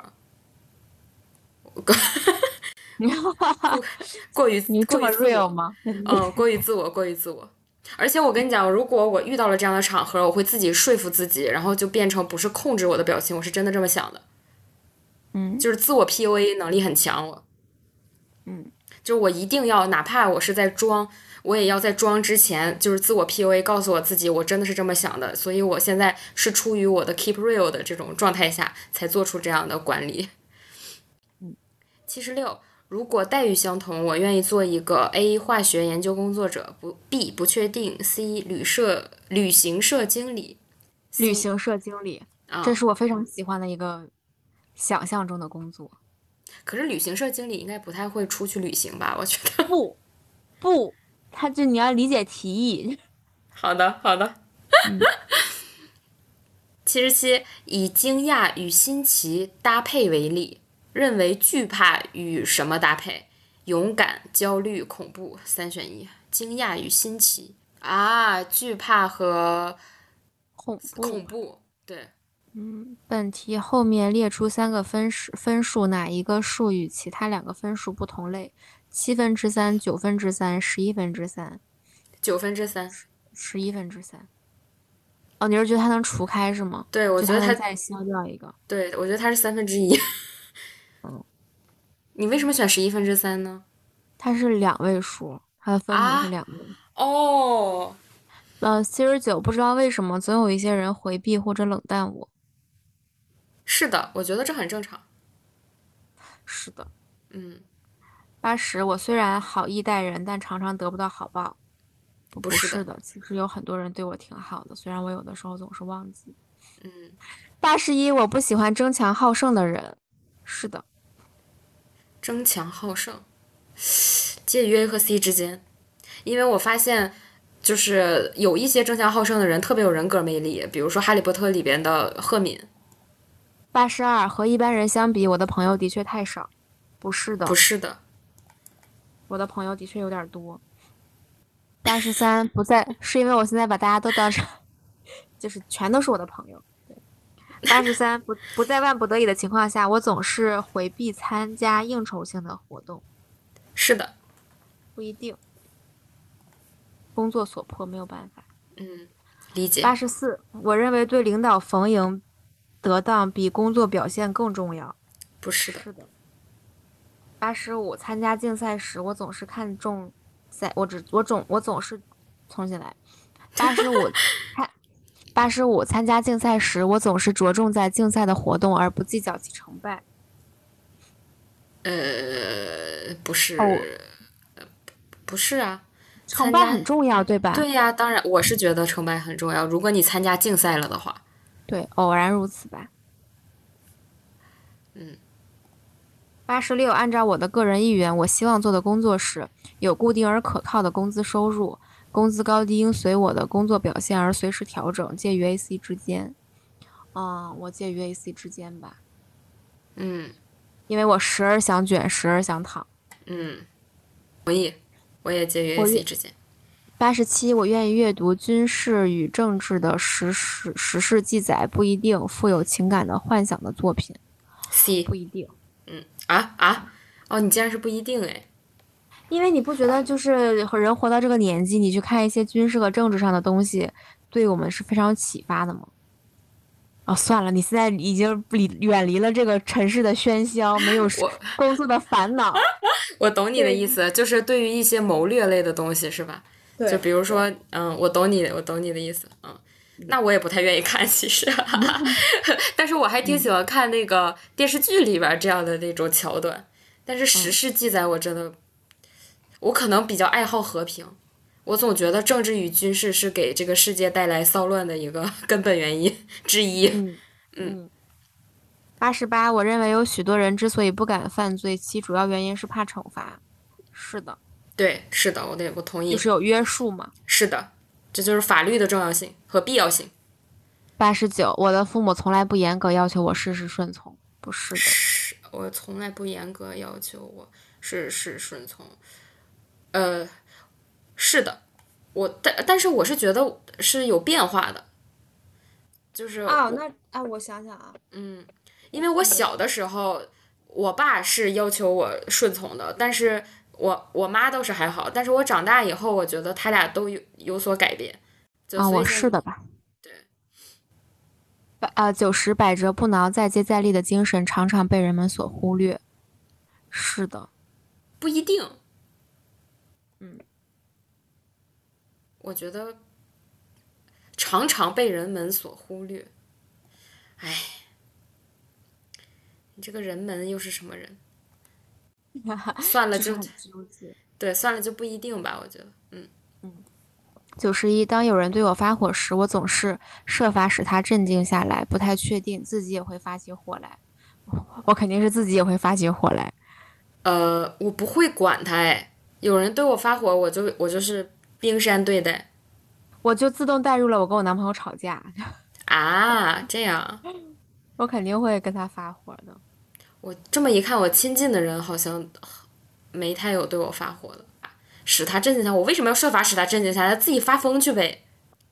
Speaker 1: 过于
Speaker 2: 你这
Speaker 1: 过
Speaker 2: 么
Speaker 1: 于自我
Speaker 2: real 吗？
Speaker 1: 嗯，过于自我，过于自我。而且我跟你讲，如果我遇到了这样的场合，我会自己说服自己，然后就变成不是控制我的表情，我是真的这么想的，
Speaker 2: 嗯
Speaker 1: 就是自我 PUA 能力很强。我
Speaker 2: 嗯，
Speaker 1: 就是我一定要，哪怕我是在装，我也要在装之前，就是自我 PUA 告诉我自己，我真的是这么想的。所以我现在是出于我的 keep real 的这种状态下，才做出这样的管理。七十六，如果待遇相同，我愿意做一个 A 化学研究工作者，不 B 不确定，C 旅社旅行社经理。
Speaker 2: 旅行社经理，
Speaker 1: 啊，
Speaker 2: 这是我非常喜欢的一个想象中的工作。
Speaker 1: 可是旅行社经理应该不太会出去旅行吧？我觉得。 (laughs)
Speaker 2: 不，不，他就你要理解提议。
Speaker 1: 好的，好的。七十七，以惊讶与新奇搭配为例，认为惧怕与什么搭配？勇敢、焦虑、恐怖，三选一。惊讶与新奇啊，惧怕和
Speaker 2: 恐怖
Speaker 1: 恐。怖，对，
Speaker 2: 本题后面列出三个分数，分数哪一个数与其他两个分数不同类？七分之三、九分之三、十一分之三、
Speaker 1: 九分之三。
Speaker 2: 十一分之三。哦，你是觉得它能除开是吗？
Speaker 1: 对，我
Speaker 2: 就
Speaker 1: 觉得
Speaker 2: 它能
Speaker 1: 他，
Speaker 2: 再消掉一个。
Speaker 1: 对我觉得他是三分之一。
Speaker 2: 嗯
Speaker 1: 你为什么选十一分之三呢？
Speaker 2: 它是两位数，它的分母
Speaker 1: 啊
Speaker 2: 是两位。
Speaker 1: 哦，
Speaker 2: 呃，七十九，不知道为什么总有一些人回避或者冷淡我。
Speaker 1: 是的，我觉得这很正常。
Speaker 2: 是的。
Speaker 1: 嗯，
Speaker 2: 八十，我虽然好意待人，但常常得不到好报。不
Speaker 1: 不
Speaker 2: 不
Speaker 1: 是的
Speaker 2: 是的，其实有很多人对我挺好的，虽然我有的时候总是忘记。
Speaker 1: 嗯。
Speaker 2: 八十一，我不喜欢争强好胜的人。是的，
Speaker 1: 争强好胜，介于 A 和 C 之间。因为我发现，就是有一些争强好胜的人特别有人格魅力，比如说《哈利波特》里边的赫敏。
Speaker 2: 八十二，和一般人相比，我的朋友的确太少。不是的，
Speaker 1: 不是的，
Speaker 2: 我的朋友的确有点多。八十三，不在，是因为我现在把大家都当成， (laughs) 就是全都是我的朋友。 (laughs) 对，八十三，不不在万不得已的情况下，我总是回避参加应酬性的活动。
Speaker 1: 是的，
Speaker 2: 不一定，工作所迫没有办法。
Speaker 1: 嗯，理解。
Speaker 2: 八十四，我认为对领导逢迎得当比工作表现更重要。
Speaker 1: 不是的，
Speaker 2: 是的，八十五参加竞赛时，我总是看重在，我只我总我总是重新来。八十五参八十五参加竞赛时，我总是着重在竞赛的活动，而不计较其成败。
Speaker 1: 呃，不是，
Speaker 2: 哦
Speaker 1: 呃不是啊，
Speaker 2: 成
Speaker 1: 参
Speaker 2: 败
Speaker 1: 加
Speaker 2: 很重要，对吧？
Speaker 1: 对呀、当然，我是觉得成败很重要。如果你参加竞赛了的话，
Speaker 2: 对，偶然如此吧。
Speaker 1: 嗯。
Speaker 2: 八十六，按照我的个人意愿，我希望做的工作是有固定而可靠的工资收入，工资高低应随我的工作表现而随时调整，介于 A、C 之间。嗯，我介于 A、C 之间吧，
Speaker 1: 嗯
Speaker 2: 因为我时而想卷，时而想躺。
Speaker 1: 嗯，同意，我也介于
Speaker 2: 我
Speaker 1: A
Speaker 2: 也
Speaker 1: C 之间。
Speaker 2: 八十七，我愿意阅读军事与政治的时事时事记载，不一定富有情感的幻想的作品，
Speaker 1: C
Speaker 2: 不一定。
Speaker 1: 啊啊，哦，你竟然是不一定哎。
Speaker 2: 因为你不觉得就是人活到这个年纪，你去看一些军事和政治上的东西，对我们是非常有启发的吗？哦，算了，你现在已经离远离了这个城市的喧嚣， (laughs) 没有
Speaker 1: 我
Speaker 2: 工作的烦恼。
Speaker 1: 我懂你的
Speaker 2: 对
Speaker 1: 意思，就是对于一些谋略类的东西，是吧？
Speaker 2: (laughs) 对
Speaker 1: 就比如说，嗯，我懂你，我懂你的意思，嗯。那我也不太愿意看，其
Speaker 2: (laughs)
Speaker 1: 实，但是我还
Speaker 2: 嗯
Speaker 1: 挺喜欢看那个电视剧里边这样的那种桥段。但是
Speaker 2: 嗯
Speaker 1: 时事记载我真的，我可能比较爱好和平，我总觉得政治与军事是给这个世界带来骚乱的一个 (laughs) 根本原因之一。
Speaker 2: 嗯嗯。八十八，我认为有许多人之所以不敢犯罪，其主要原因是怕惩罚。是的，
Speaker 1: 对，是的，我得我同意，
Speaker 2: 就是有约束嘛。
Speaker 1: 是的，这就是法律的重要性和必要性。
Speaker 2: 八十九，我的父母从来不严格要求我事事顺从，不是的。
Speaker 1: 是我从来不严格要求我事事顺从。呃，是的，我但但是我是觉得是有变化的，就是
Speaker 2: 哦
Speaker 1: 我，
Speaker 2: 那啊，我想想啊，
Speaker 1: 嗯，因为我小的时候，我爸是要求我顺从的，但是我我妈倒是还好，但是我长大以后，我觉得他俩都有有所改变。就
Speaker 2: 啊，
Speaker 1: 所以
Speaker 2: 我
Speaker 1: 现
Speaker 2: 是的吧。
Speaker 1: 对，
Speaker 2: 百呃九十百折不挠、再接再厉的精神常常被人们所忽略。是的，
Speaker 1: 不一定。
Speaker 2: 嗯，
Speaker 1: 我觉得常常被人们所忽略。哎，你这个人们又是什么人？算
Speaker 2: (laughs)
Speaker 1: 了
Speaker 2: 就是
Speaker 1: 就
Speaker 2: 很纠结。
Speaker 1: 对，算了就不一定吧。我觉得，嗯，
Speaker 2: 九十一，当有人对我发火时，我总是设法使他镇静下来，不太确定自己也会发起火来。我肯定是自己也会发起火来。
Speaker 1: 呃，我不会管他。哎，有人对我发火，我就我就是冰山对待
Speaker 2: 我就自动带入了我跟我男朋友吵架， (laughs)
Speaker 1: 啊。这样，
Speaker 2: 我肯定会跟他发火的。
Speaker 1: 我这么一看，我亲近的人好像没太有对我发火的，使他镇静下来。我为什么要设法使他镇静下来？他自己发疯去呗。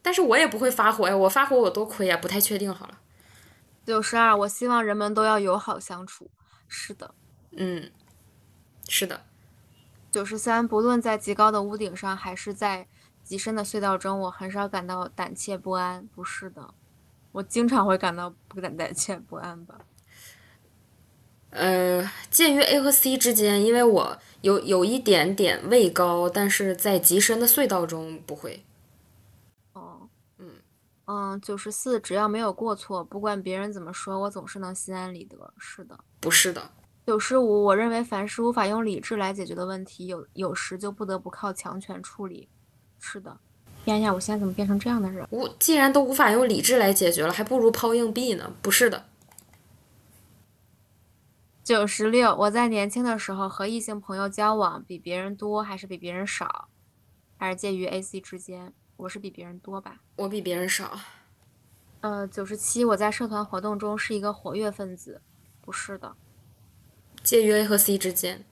Speaker 1: 但是我也不会发火呀，我发火我多亏呀，不太确定好了。
Speaker 2: 九十二，我希望人们都要友好相处。是的。
Speaker 1: 嗯，是的，
Speaker 2: 九十三，不论在极高的屋顶上，还是在极深的隧道中，我很少感到胆怯不安。不是的，我经常会感到不胆胆怯不安吧。
Speaker 1: 呃，介于 A 和 C 之间，因为我有有一点点畏高，但是在极深的隧道中不会。
Speaker 2: 哦，
Speaker 1: 嗯
Speaker 2: 嗯，九十四，只要没有过错，不管别人怎么说，我总是能心安理得。是的。
Speaker 1: 不是的，
Speaker 2: 九十五，我认为凡是无法用理智来解决的问题，有有时就不得不靠强权处理。是的。天呀，我现在怎么变成这样的人？
Speaker 1: 无既然都无法用理智来解决了，还不如抛硬币呢。不是的，
Speaker 2: 九十六，我在年轻的时候和异性朋友交往比别人多还是比别人少，还是介于 A、C 之间？我是比别人多吧。
Speaker 1: 我比别人少。
Speaker 2: 呃，九十七，我在社团活动中是一个活跃分子，不是的。
Speaker 1: 介于 A 和 C 之间。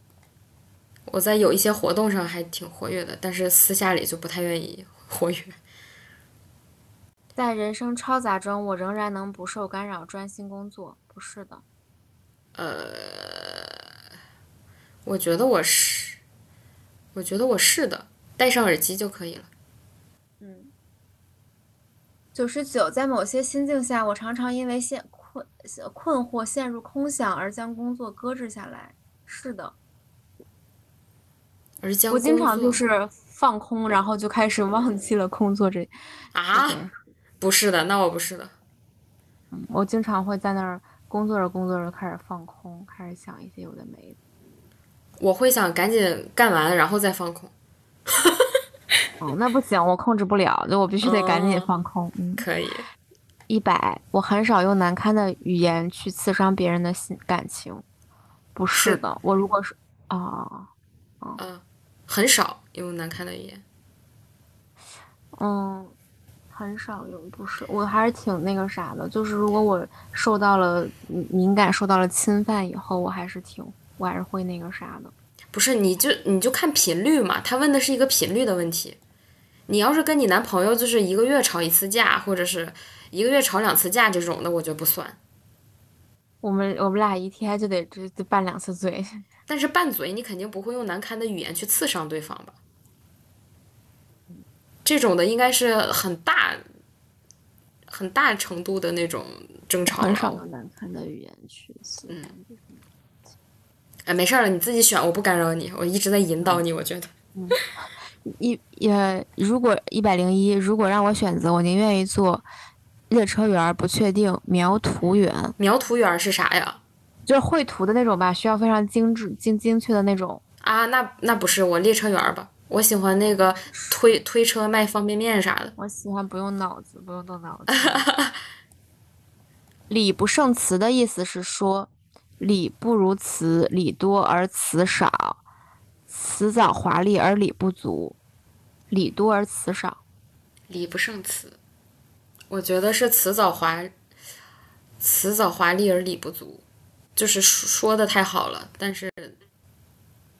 Speaker 1: 我在有一些活动上还挺活跃的，但是私下里就不太愿意活跃。
Speaker 2: 在人生嘈杂中，我仍然能不受干扰专心工作，不是的。
Speaker 1: 我觉得我是，我觉得我是的，戴上耳机就可以了。
Speaker 2: 嗯，九十九，在某些心境下，我常常因为呃陷困困惑陷入空想而将工作搁置下来。是的，
Speaker 1: 而将
Speaker 2: 我经常
Speaker 1: 工作
Speaker 2: 就是放空，然后就开始忘记了工作这。
Speaker 1: 啊，不是的，那我不是的。
Speaker 2: 我经常会在那儿工作着工作着开始放空，开始想一些有的没的。
Speaker 1: 我会想赶紧干完，然后再放空。
Speaker 2: 哦，那不行，我控制不了，就我必须得赶紧
Speaker 1: 哦
Speaker 2: 放空。嗯，
Speaker 1: 可以，
Speaker 2: 一百，我很少用难堪的语言去刺伤别人的心感情。不是
Speaker 1: 是
Speaker 2: 的，我如果是啊、
Speaker 1: 嗯，很少用难看的语言。
Speaker 2: 嗯，很少有，不是，我还是挺那个啥的，就是如果我受到了嗯敏感受到了侵犯以后，我还是挺，我还是会那个啥的。
Speaker 1: 不是，你就你就看频率嘛，他问的是一个频率的问题。你要是跟你男朋友就是一个月吵一次架，或者是一个月吵两次架这种的，我觉得不算。
Speaker 2: 我们我们俩一天就得这这拌两次 (laughs) 嘴，
Speaker 1: 但是拌嘴，你肯定不会用难堪的语言去刺伤对方吧？这种的应该是很大、很大程度的那种争吵了。
Speaker 2: 很少用难堪的语言去刺激。
Speaker 1: 哎，没事儿了，你自己选，我不干扰你。我一直在引导你，我觉得。
Speaker 2: 一也，如果一百零一，如果让我选择，我宁愿意做列车员儿，不确定描图员，
Speaker 1: 描图员是啥呀？
Speaker 2: 就是绘图的那种吧，需要非常精致、精精确的那种。
Speaker 1: 啊，那那不是我列车员儿吧？我喜欢那个推推车卖方便面啥的。
Speaker 2: 我喜欢不用脑子，不用动脑子。 (laughs) 礼不胜词的意思是说，礼不如词，礼多而词少，辞藻华丽而礼不足，礼多而词少。
Speaker 1: 礼不胜词，我觉得是辞藻华，辞藻华丽而礼不足，就是说说的太好了，但是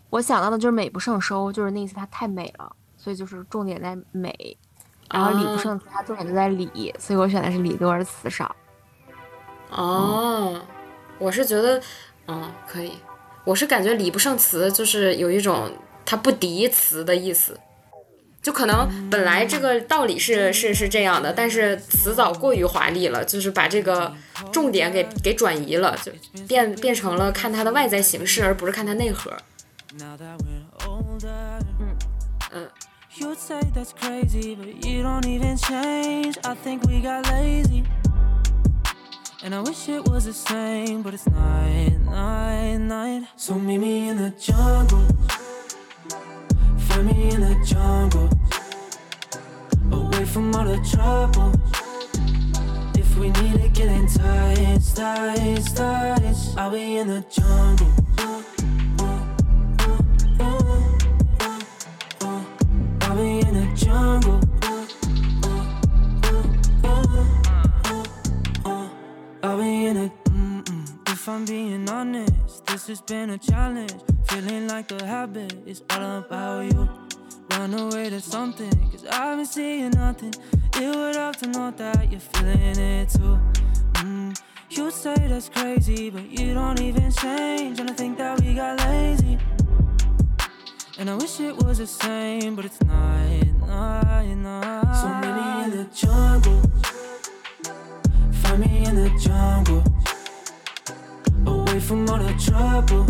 Speaker 2: 我想到的就是美不胜收，就是那意思它太美了，所以就是重点在美。然后礼不
Speaker 1: 啊
Speaker 2: 胜词，它重点就在礼，所以我选的是礼多而词少。
Speaker 1: 哦，我是觉得，嗯，可以。我是感觉礼不胜词，就是有一种它不敌词的意思。就可能本来这个道理是是是这样的，但是词藻过于华丽了，就是把这个重点给给转移了，就变变成了看它的外在形式，而不是看它内核。
Speaker 3: Now that we're older,
Speaker 1: 嗯，
Speaker 3: you'd say that's crazy, but you don't even change. I think we got lazy. And I wish it was the same, but it's night, night, night. So meet me in the jungle. Find me in the jungle. Away from all the trouble. If we need to get in tight, tight, tight, I'll be in the jungle. Ooh, ooh, ooh, ooh. I'll be in the jungle. I'll be in it. Mm-mm. If I'm being honest, this has been a challenge. Feeling like a habit, it's all about you. Run away to something, cause I've been seeing nothing. It would help to know that you're feeling it too. Mm. You say that's crazy, but you don't even change. And I think that we got lazy. And I wish it was the same, but it's not, not, not. So meet me in the jungle. Find me in the jungle. Away from all the trouble.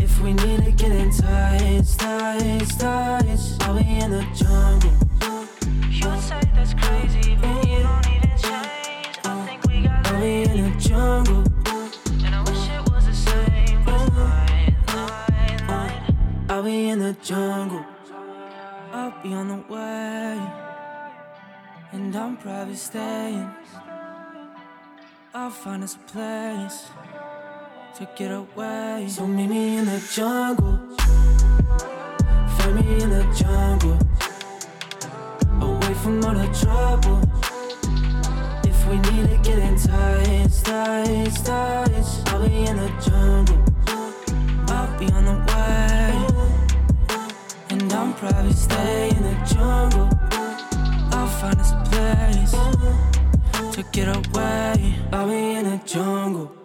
Speaker 3: If we need to get in tight, tight, tight, I'll be in the jungle. You say that's crazy, but you don't even change. I think we got I'll be in the jungle. And I wish it was the same, but it's not, not, not. I'll be in the jungle. I'll be on the way. And I'm probably staying. I'll find us a place to get away. So meet me in the jungle. Find me in the jungle. Away from all the trouble. If we need to get in tight, tight, tight, I'll be in the jungle. I'll be on the way. And I'm probably staying in the jungle. I'll find us a place to get away. I'll be in the jungle.